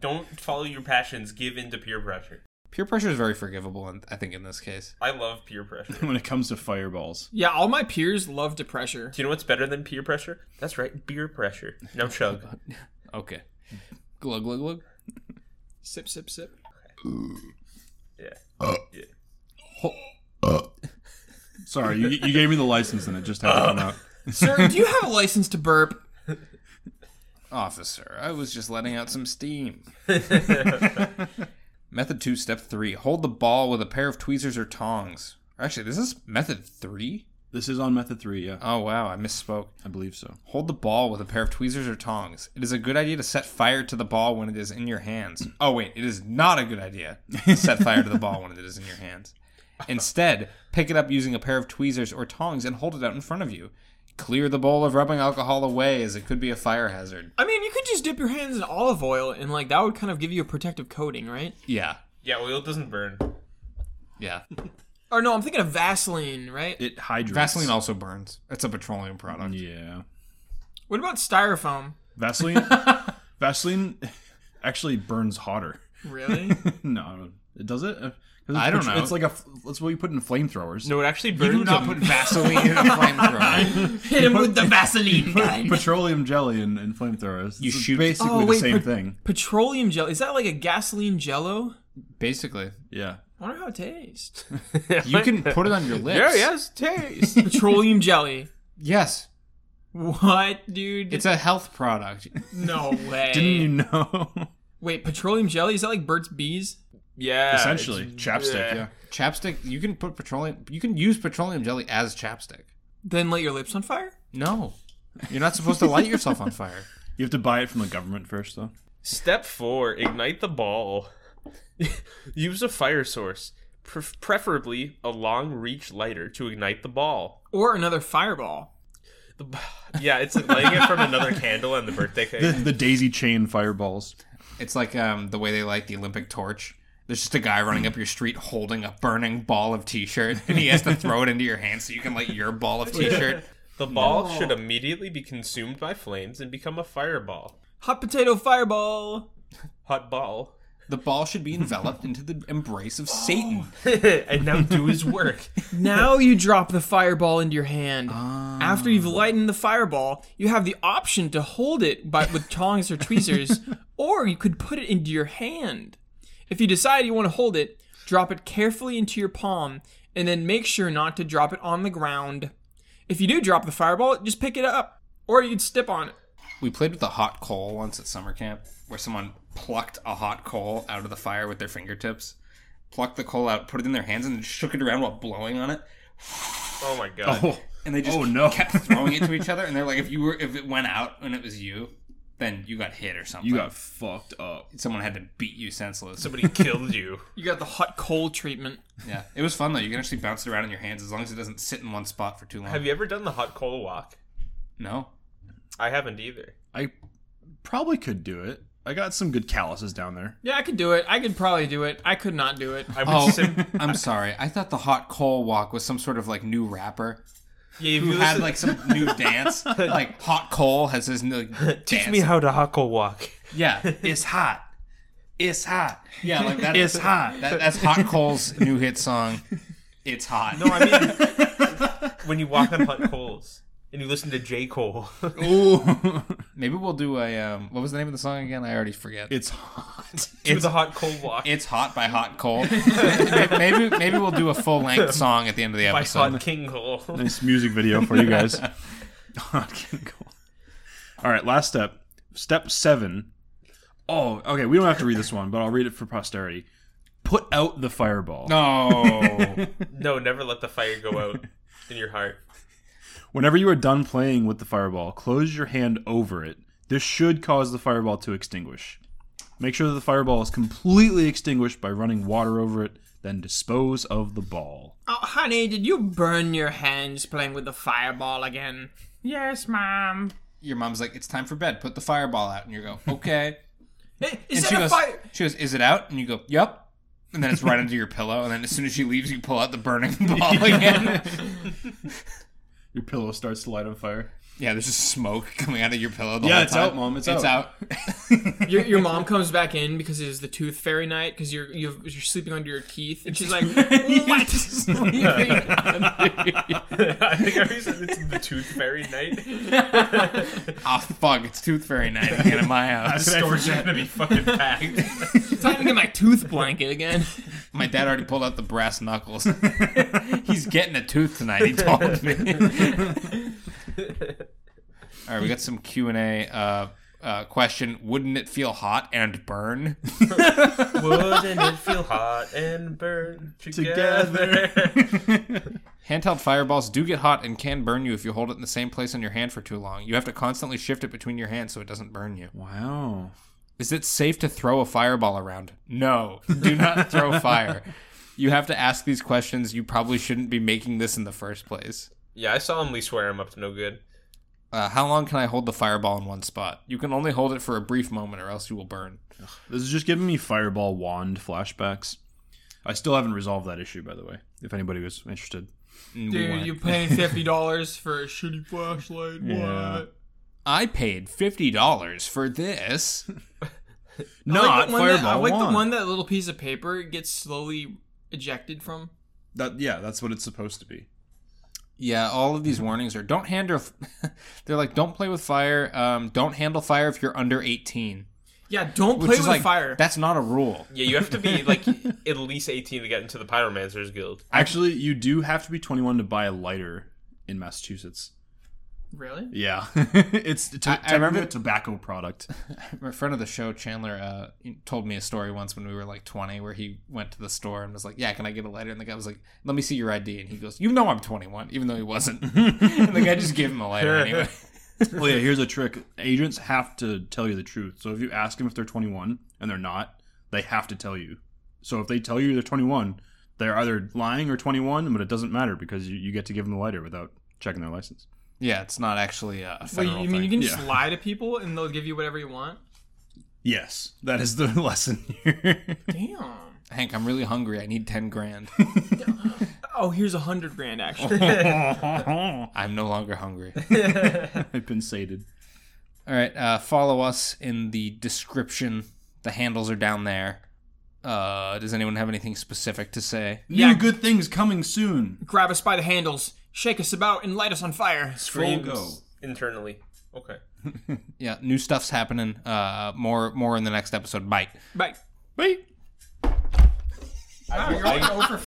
[SPEAKER 2] Don't follow your passions. Give in to peer pressure.
[SPEAKER 1] Peer pressure is very forgivable, and I think in this case,
[SPEAKER 2] I love peer pressure.
[SPEAKER 4] When it comes to fireballs,
[SPEAKER 3] Yeah, all my peers love to pressure.
[SPEAKER 2] Do you know what's better than peer pressure? That's right, beer pressure. No chug.
[SPEAKER 1] okay. Glug glug glug.
[SPEAKER 3] Sip, sip, sip.
[SPEAKER 2] Yeah. yeah.
[SPEAKER 4] sorry, you, you gave me the license and it just had to come out.
[SPEAKER 3] Sir, do you have a license to burp?
[SPEAKER 1] Officer, I was just letting out some steam. method 2, step 3. Hold the ball with a pair of tweezers or tongs. Actually, this is method 3?
[SPEAKER 4] This is on method three. Yeah,
[SPEAKER 1] Oh, wow, I misspoke.
[SPEAKER 4] I believe so.
[SPEAKER 1] Hold the ball with a pair of tweezers or tongs. It is a good idea to set fire to the ball when it is in your hands. Oh, wait, it is not a good idea to set fire to the ball when it is in your hands. Instead, pick it up using a pair of tweezers or tongs and hold it out in front of you. Clear the bowl of rubbing alcohol away as it could be a fire hazard.
[SPEAKER 3] I mean, you could just dip your hands in olive oil and, like, that would kind of give you a protective coating, right?
[SPEAKER 1] Yeah,
[SPEAKER 2] Yeah, oil doesn't burn.
[SPEAKER 1] yeah.
[SPEAKER 3] Or no, I'm thinking of Vaseline, right?
[SPEAKER 4] It hydrates.
[SPEAKER 1] Vaseline also burns. It's a petroleum product.
[SPEAKER 4] Yeah.
[SPEAKER 3] What about styrofoam?
[SPEAKER 4] Vaseline. Vaseline actually burns hotter.
[SPEAKER 3] Really?
[SPEAKER 4] No, it does it. Uh, 'cause it's
[SPEAKER 1] I don't
[SPEAKER 4] petro-
[SPEAKER 1] know.
[SPEAKER 4] It's like a. f- That's what you put in flamethrowers.
[SPEAKER 2] No, it actually burns.
[SPEAKER 1] You do not
[SPEAKER 2] a-
[SPEAKER 1] put Vaseline in a flamethrowner.
[SPEAKER 3] Hit him with the Vaseline gun.
[SPEAKER 4] Petroleum jelly and, and flamethrowers.
[SPEAKER 1] You
[SPEAKER 4] It's
[SPEAKER 1] shoot-
[SPEAKER 4] basically
[SPEAKER 3] Oh,
[SPEAKER 4] the
[SPEAKER 3] wait,
[SPEAKER 4] same
[SPEAKER 3] per-
[SPEAKER 4] thing.
[SPEAKER 3] Petroleum jello. Is that like a gasoline jello?
[SPEAKER 1] Basically,
[SPEAKER 4] Yeah.
[SPEAKER 3] I wonder how it tastes.
[SPEAKER 1] you can put it on your lips.
[SPEAKER 2] Yeah, yes, taste.
[SPEAKER 3] Petroleum jelly.
[SPEAKER 1] Yes,
[SPEAKER 3] What, dude?
[SPEAKER 1] it's a health product.
[SPEAKER 3] no way.
[SPEAKER 4] Didn't you know?
[SPEAKER 3] Wait, petroleum jelly? Is that like Burt's Bees?
[SPEAKER 2] yeah.
[SPEAKER 4] Essentially,
[SPEAKER 2] it's-
[SPEAKER 4] chapstick. Yeah.
[SPEAKER 1] Chapstick. You can put petroleum. You can use petroleum jelly as chapstick.
[SPEAKER 3] Then light your lips on fire?
[SPEAKER 1] No, you're not supposed to light yourself on fire.
[SPEAKER 4] You have to buy it from the government first, though.
[SPEAKER 2] Step four: ignite the ball. Use a fire source, pre- preferably a long reach lighter, to ignite the ball.
[SPEAKER 3] Or another fireball.
[SPEAKER 2] The, b- yeah, it's like lighting it from another candle on the birthday
[SPEAKER 4] The,
[SPEAKER 2] cake.
[SPEAKER 4] the daisy chain fireballs.
[SPEAKER 1] It's like um, the way they light the Olympic torch. There's just a guy running up your street holding a burning ball of t-shirt, and he has to throw it into your hand so you can light your ball of t-shirt.
[SPEAKER 2] The ball should immediately be consumed by flames and become a fireball.
[SPEAKER 3] Hot potato fireball.
[SPEAKER 2] Hot ball.
[SPEAKER 1] The ball should be enveloped into the embrace of Satan.
[SPEAKER 2] and now do his work.
[SPEAKER 3] Now you drop the fireball into your hand. After you've lightened the fireball, you have the option to hold it by, with tongs or tweezers, or you could put it into your hand. If you decide you want to hold it, drop it carefully into your palm, and then make sure not to drop it on the ground. If you do drop the fireball, just pick it up, or you'd step on it.
[SPEAKER 1] We played with a hot coal once at summer camp where someone plucked a hot coal out of the fire with their fingertips, plucked the coal out, put it in their hands, and then shook it around while blowing on it.
[SPEAKER 2] Oh my god.
[SPEAKER 4] Oh,
[SPEAKER 1] And they just
[SPEAKER 4] Oh, no.
[SPEAKER 1] kept throwing it to each other. And they're like, if you were, if it went out and it was you, then you got hit or something.
[SPEAKER 4] you got fucked up.
[SPEAKER 1] someone had to beat you senseless.
[SPEAKER 2] Somebody killed you.
[SPEAKER 3] You got the hot coal treatment.
[SPEAKER 1] yeah, it was fun though. You can actually bounce it around in your hands as long as it doesn't sit in one spot for too long.
[SPEAKER 2] Have you ever done the hot coal walk?
[SPEAKER 1] No.
[SPEAKER 2] I haven't either.
[SPEAKER 4] I probably could do it. I got some good calluses down there.
[SPEAKER 3] Yeah, I could do it. I could probably do it. I could not do it.
[SPEAKER 2] I would
[SPEAKER 1] Oh,
[SPEAKER 2] sim-
[SPEAKER 1] I'm sorry. I thought the hot coal walk was some sort of like new rapper
[SPEAKER 2] yeah, if
[SPEAKER 1] who
[SPEAKER 2] you
[SPEAKER 1] had
[SPEAKER 2] listen-
[SPEAKER 1] like some new dance. Like hot coal has his new like, dance.
[SPEAKER 2] how to hot coal walk.
[SPEAKER 1] yeah, it's hot. It's hot. Yeah, like that is hot. That, that's Hot Coal's new hit song. It's hot.
[SPEAKER 2] No, I mean when you walk on hot coals and you listen to J Cole.
[SPEAKER 4] Ooh,
[SPEAKER 1] Maybe we'll do a um, what was the name of the song again? I already forget.
[SPEAKER 4] it's hot.
[SPEAKER 2] Do the hot coal walk
[SPEAKER 1] It's hot by Hot Coal. maybe maybe we'll do a full length song at the end of the
[SPEAKER 2] by
[SPEAKER 1] episode.
[SPEAKER 2] Hot King Cole.
[SPEAKER 4] Nice music video for you guys. Hot chemical. All right, last step. Step seven. Oh, okay. We don't have to read this one, but I'll read it for posterity. Put out the fireball.
[SPEAKER 1] No.
[SPEAKER 2] No, never let the fire go out in your heart.
[SPEAKER 4] Whenever you are done playing with the fireball, close your hand over it. This should cause the fireball to extinguish. Make sure that the fireball is completely extinguished by running water over it, then dispose of the ball.
[SPEAKER 3] Oh, honey, did you burn your hands playing with the fireball again? Yes, mom.
[SPEAKER 1] Your mom's like, it's time for bed. Put the fireball out, and you go, okay.
[SPEAKER 3] Hey, Eh, Is
[SPEAKER 1] And
[SPEAKER 3] that
[SPEAKER 1] she
[SPEAKER 3] a
[SPEAKER 1] goes,
[SPEAKER 3] fire?
[SPEAKER 1] she goes, is it out? And you go, yep. And then it's right under your pillow. And then as soon as she leaves, you pull out the burning ball again.
[SPEAKER 4] Your pillow starts to light on fire.
[SPEAKER 1] yeah, there's just smoke coming out of your pillow. The
[SPEAKER 4] Yeah,
[SPEAKER 1] whole
[SPEAKER 4] it's
[SPEAKER 1] time.
[SPEAKER 4] out, Mom. It's
[SPEAKER 1] out.
[SPEAKER 4] out.
[SPEAKER 3] Your, your mom comes back in because it is the tooth fairy night because you're you've, you're sleeping under your teeth and she's like, "What?"
[SPEAKER 2] I think I said it's the Tooth Fairy night.
[SPEAKER 1] Ah, fuck! It's Tooth Fairy night again in my house.
[SPEAKER 2] Stores are gonna be fucking packed.
[SPEAKER 3] Time to get my tooth blanket again.
[SPEAKER 1] My dad already pulled out the brass knuckles. He's getting a tooth tonight. He told me. All right, we got some Q and A. Uh, uh, question: Wouldn't it feel hot and burn?
[SPEAKER 2] Wouldn't it feel hot and burn
[SPEAKER 4] Together.
[SPEAKER 1] Handheld fireballs do get hot and can burn you if you hold it in the same place on your hand for too long. You have to constantly shift it between your hands so it doesn't burn you.
[SPEAKER 4] Wow.
[SPEAKER 1] Is it safe to throw a fireball around? No, do not throw fire. You have to ask these questions. You probably shouldn't be making this in the first place.
[SPEAKER 2] Yeah, I solemnly swear I'm up to no good.
[SPEAKER 1] Uh, how long can I hold the fireball in one spot? You can only hold it for a brief moment or else you will burn.
[SPEAKER 4] This is just giving me fireball wand flashbacks. I still haven't resolved that issue, by the way, if anybody was interested.
[SPEAKER 1] And we
[SPEAKER 3] Dude,
[SPEAKER 1] won't.
[SPEAKER 3] you paying fifty dollars for a shitty flashlight?
[SPEAKER 4] Yeah.
[SPEAKER 3] What?
[SPEAKER 1] I paid $50 for this.
[SPEAKER 3] I like
[SPEAKER 4] Not
[SPEAKER 3] the one that-
[SPEAKER 4] fireball
[SPEAKER 3] I like
[SPEAKER 4] wand.
[SPEAKER 3] the one that little piece of paper gets slowly ejected from.
[SPEAKER 4] That yeah, that's what it's supposed to be.
[SPEAKER 1] Yeah, all of these warnings are don't handle. They're like, don't play with fire. Um, don't handle fire if you're under 18.
[SPEAKER 3] Yeah, don't
[SPEAKER 1] Which
[SPEAKER 3] play
[SPEAKER 1] is
[SPEAKER 3] with
[SPEAKER 1] like,
[SPEAKER 3] fire.
[SPEAKER 1] That's not a rule.
[SPEAKER 2] Yeah, you have to be like at least 18 to get into the Pyromancers Guild.
[SPEAKER 4] Actually, you do have to be 21 to buy a lighter in Massachusetts.
[SPEAKER 3] really?
[SPEAKER 4] Yeah, it's to,
[SPEAKER 1] I remember-
[SPEAKER 4] a tobacco product.
[SPEAKER 1] My friend of the show, Chandler, uh, told me a story once when we were like 20 where he went to the store and was like, Yeah, can I get a lighter? And the guy was like, Let me see your ID. And he goes, You know I'm 21, even though he wasn't. and the guy just gave him a lighter anyway.
[SPEAKER 4] well, yeah, here's a trick. Agents have to tell you the truth. So if you ask them if they're 21 and they're not, they have to tell you. So if they tell you they're 21, they're either lying or 21, but it doesn't matter because you, you get to give them the lighter without checking their license.
[SPEAKER 1] Yeah, it's not actually a
[SPEAKER 3] Wait,
[SPEAKER 1] federal
[SPEAKER 3] you mean you
[SPEAKER 1] thing.
[SPEAKER 3] can just
[SPEAKER 4] Yeah.
[SPEAKER 3] lie to people and they'll give you whatever you want?
[SPEAKER 4] Yes, that is the lesson here.
[SPEAKER 3] Damn.
[SPEAKER 1] Hank, I'm really hungry. I need ten grand.
[SPEAKER 3] Oh, here's a hundred grand actually.
[SPEAKER 1] I'm no longer hungry.
[SPEAKER 4] I've been sated.
[SPEAKER 1] All right, uh, follow us in the description. The handles are down there. Uh, does anyone have anything specific to say?
[SPEAKER 3] Yeah.
[SPEAKER 4] New good things coming soon.
[SPEAKER 3] Grab us by the handles, shake us about, and light us on fire.
[SPEAKER 4] Full go.
[SPEAKER 2] internally. Okay.
[SPEAKER 1] Yeah, new stuff's happening. Uh, more more in the next episode. Bye.
[SPEAKER 3] Bye.
[SPEAKER 4] Wait.
[SPEAKER 3] Wow, you're all over f-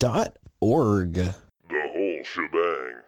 [SPEAKER 5] dot org.
[SPEAKER 6] The whole shebang.